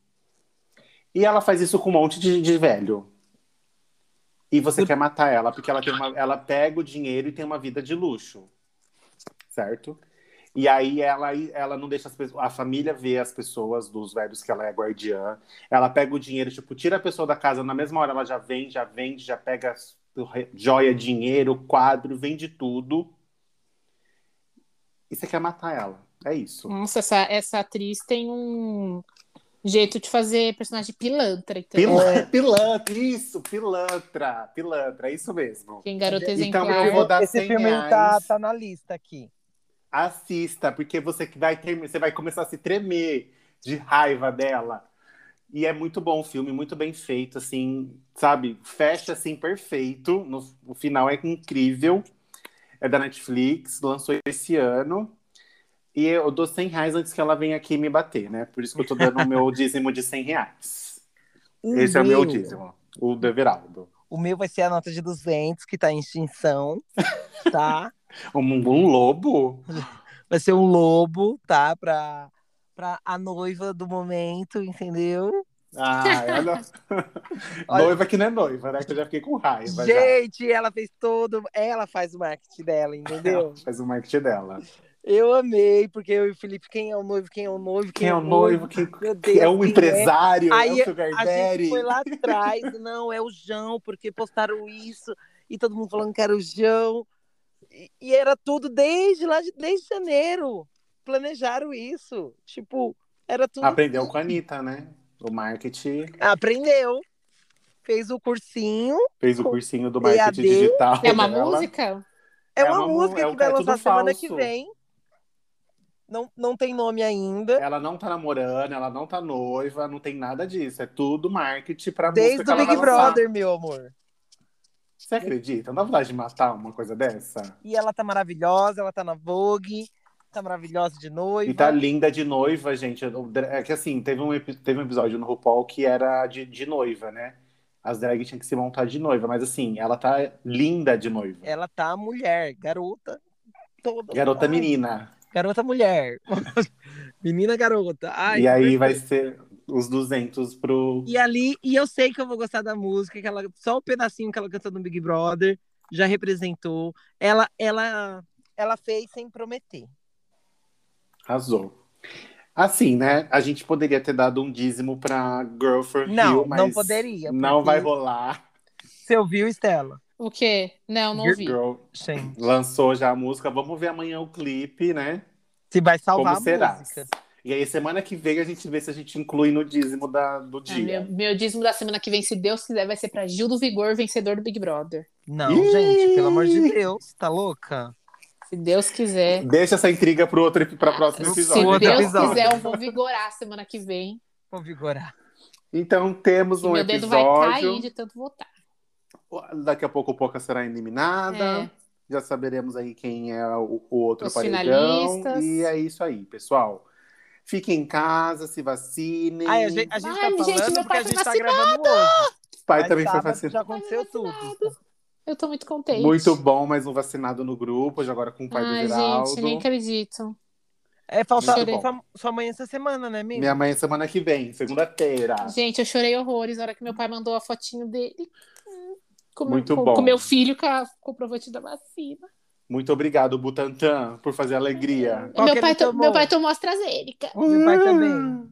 S1: E ela faz isso com um monte de, de velho. E você quer matar ela, porque ela, tem uma, ela pega o dinheiro e tem uma vida de luxo. Certo? E aí ela, ela não deixa as pessoas, a família ver as pessoas dos velhos que ela é guardiã. Ela pega o dinheiro, tipo, tira a pessoa da casa na mesma hora, ela já vem, já vende, já pega as- joia, dinheiro, quadro, vende tudo. E você quer matar ela. É isso.
S3: Nossa, essa, essa atriz tem um jeito de fazer personagem pilantra, então. entendeu?
S1: Pila- (laughs) Pilantra, isso, pilantra, pilantra, é isso mesmo.
S3: Quem garota exemplar.
S1: Então, eu vou dar
S2: Esse
S1: 100
S2: filme
S1: reais.
S2: tá, tá na lista aqui.
S1: Assista, porque você que vai ter, você vai começar a se tremer de raiva dela. E é muito bom o filme, muito bem feito, assim, sabe? Fecha assim perfeito. No, o final é incrível. É da Netflix, lançou esse ano. E eu dou 100 reais antes que ela venha aqui me bater, né? Por isso que eu tô dando o (laughs) meu dízimo de 100 reais. Esse é o meu dízimo, o do Everaldo.
S2: Um O meu vai ser a nota de 200, que tá em extinção, tá? (laughs)
S1: Um, um lobo?
S2: Vai ser um lobo, tá? Pra, pra a noiva do momento, entendeu?
S1: Ai, olha.
S2: (laughs) Olha-
S1: noiva que não é noiva, né? Que eu já fiquei com raiva. já.
S2: Gente, ela fez todo. Ela faz o marketing dela, entendeu?
S1: Faz o marketing dela.
S2: Eu amei, porque eu e o Felipe, quem é o noivo, quem é o noivo,
S1: Quem
S2: quem,
S1: é o noivo? Quem
S2: Meu Deus,
S1: é o
S2: quem
S1: empresário?
S2: Aí
S1: é o Sugar
S2: A
S1: Daddy?
S2: gente foi lá atrás, não, é o Jão, porque postaram isso, e todo mundo falando que era o Jão. E, e era tudo desde lá, de- desde janeiro. Planejaram isso. Tipo, era tudo.
S1: Aprendeu com a Anitta, né? O marketing.
S2: Aprendeu. Fez o cursinho.
S1: Fez o cursinho do marketing
S2: EAD.
S1: digital.
S3: É uma
S1: dela.
S3: música?
S2: É,
S1: É
S2: uma,
S1: uma mu-
S2: música
S1: é um-
S2: que vai
S1: é tudo
S2: lançar semana
S1: falso.
S2: que vem. Não, não tem nome ainda.
S1: Ela não tá namorando, ela não tá noiva, não tem nada disso. É tudo marketing pra música
S2: Desde
S1: que
S2: o
S1: ela
S2: Big
S1: vai lançar.
S2: Brother, meu amor.
S1: Você acredita? Não dá vontade de matar uma coisa dessa?
S2: E ela tá maravilhosa, ela tá na Vogue, tá maravilhosa de noiva.
S1: E tá linda de noiva, gente. Eu- É que assim, teve um, epi- teve um episódio no RuPaul que era de, de noiva, né? As drag tinham que se montar de noiva, mas assim, ela tá linda de noiva.
S2: Ela tá mulher, garota. Toda
S1: Garota
S2: Ai,
S1: menina.
S2: Garota mulher. (laughs) Menina garota. Ai,
S1: e aí vai
S2: perfeito.
S1: ser os 200 pro.
S2: E ali, e eu sei que eu vou gostar da música, que ela, só o pedacinho que ela cantou no Big Brother já representou. Ela, ela, ela fez sem prometer.
S1: Arrasou. Assim, né? A gente poderia ter dado um dízimo pra Girl for
S2: Não,
S1: You, mas
S2: não poderia,
S1: Não
S2: porque-
S1: vai rolar.
S2: Você ouviu, Estela?
S3: O quê? Não, não ouvi.
S1: Girl
S2: Sim.
S1: lançou já a música. Vamos ver amanhã o clipe, né?
S2: Se vai salvar
S1: Como
S2: a
S1: será?
S2: música.
S1: E aí, semana que vem, a gente vê se a gente inclui no dízimo da, do
S3: Ah,
S1: dia.
S3: meu, meu dízimo da semana que vem, se Deus quiser, vai ser pra Gil do Vigor, vencedor do Big Brother.
S2: Não,
S1: Ih!
S2: gente, pelo amor de Deus, tá louca?
S3: Se Deus quiser.
S1: Deixa essa intriga pro outro, pra próximo
S3: Se
S1: episódio.
S2: Outro
S3: Deus
S2: episódio.
S3: quiser, eu vou vigorar semana que vem.
S2: Vou vigorar.
S1: Então, temos
S3: que
S1: um
S3: meu dedo vai cair
S1: episódio.
S3: de tanto votar.
S1: Daqui a pouco, o Poca será eliminada.
S3: É.
S1: Já saberemos aí quem é o, o outro
S3: Os
S1: paredão.
S3: finalistas.
S1: E é isso aí, pessoal. Fiquem em casa, se vacinem.
S2: Ai, a gente, a gente
S3: Ai,
S2: tá
S3: gente,
S2: falando
S3: meu
S2: porque
S3: pai
S2: a
S3: foi
S2: gente tá
S3: vacinado!
S2: gravando hoje.
S1: O pai
S2: Mas
S1: também foi
S2: sábado
S1: vacinado.
S2: Já aconteceu
S3: Tá
S2: tudo.
S3: É, Eu tô muito contente.
S1: Muito bom, mais um vacinado no grupo, já agora com o pai
S3: Ai,
S1: do Geraldo.
S3: gente, nem acredito.
S2: É, falta
S1: Muito bom.
S2: sua, sua mãe essa semana, né, amiga?
S1: Minha mãe é semana que vem, segunda-feira.
S3: Gente, eu chorei horrores na hora que meu pai mandou a fotinho dele. Hum, Com meu-
S1: Muito
S3: com,
S1: bom.
S3: com meu filho com, a, com o provante da vacina.
S1: Muito obrigado, Butantan, por fazer a alegria.
S2: Qual que
S3: Meu
S2: ele
S3: pai, to-
S2: tomou?
S3: meu pai tomou AstraZeneca.
S2: Meu pai também.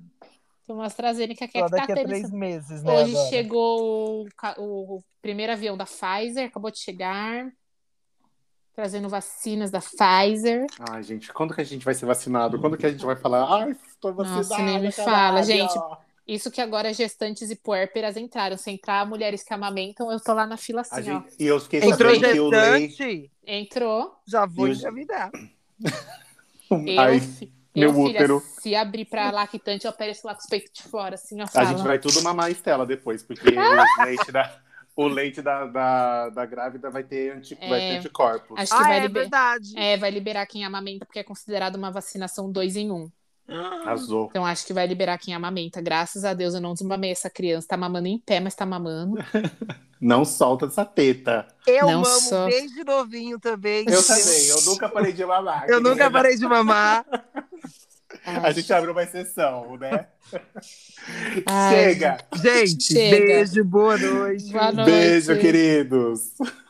S3: Tomou AstraZeneca, que é
S2: Só
S3: que tá
S2: daqui a
S3: tendo
S2: três
S3: esse-
S2: meses, né?
S3: Hoje
S2: agora.
S3: chegou o, ca- o primeiro avião da Pfizer, acabou de chegar, trazendo vacinas da Pfizer.
S1: Ai, gente, quando que a gente vai ser vacinado? Quando que a gente vai falar? Ai, estou vacinado.
S3: Nossa, nem me fala, gente.
S1: A
S3: Isso que agora gestantes e puérperas entraram. Se entrar mulheres que amamentam, eu tô lá na fila assim, ó.
S1: gente- E eu fiquei
S2: Entrou
S1: sabendo que o Lei.
S2: gestante,
S3: Entrou,
S2: já vou
S1: E o-
S2: engravidar.
S3: eu,
S1: Ai,
S3: fi-
S1: meu
S3: eu, filha,
S1: útero.
S3: se abrir pra lactante, eu apareço lá com os peitos de fora, assim, ó.
S1: a
S3: Fala.
S1: gente vai tudo mamar a Estela depois, porque
S3: (laughs)
S1: o leite da, o leite da, da, da grávida vai ter, anti, vai ter
S3: É.
S1: anticorpos.
S3: Acho que
S2: Ah,
S3: vai,
S2: é
S3: liber-
S2: verdade.
S3: é, vai liberar quem amamenta, porque é considerado uma vacinação dois em um.
S1: Arrasou.
S3: Então acho que vai liberar quem amamenta. Graças a Deus eu não desmamei essa criança. Tá mamando em pé, mas tá mamando.
S1: Não solta essa teta.
S2: Eu
S3: Não
S2: amo
S3: só-
S2: desde novinho também.
S1: Eu também, eu nunca parei de mamar.
S2: Eu nunca
S1: querida.
S2: parei de mamar.
S1: (laughs) A gente abriu uma exceção, né?
S3: Ai,
S1: Chega!
S2: Gente,
S3: Chega.
S2: beijo, boa noite.
S3: Boa noite.
S1: Beijo, queridos!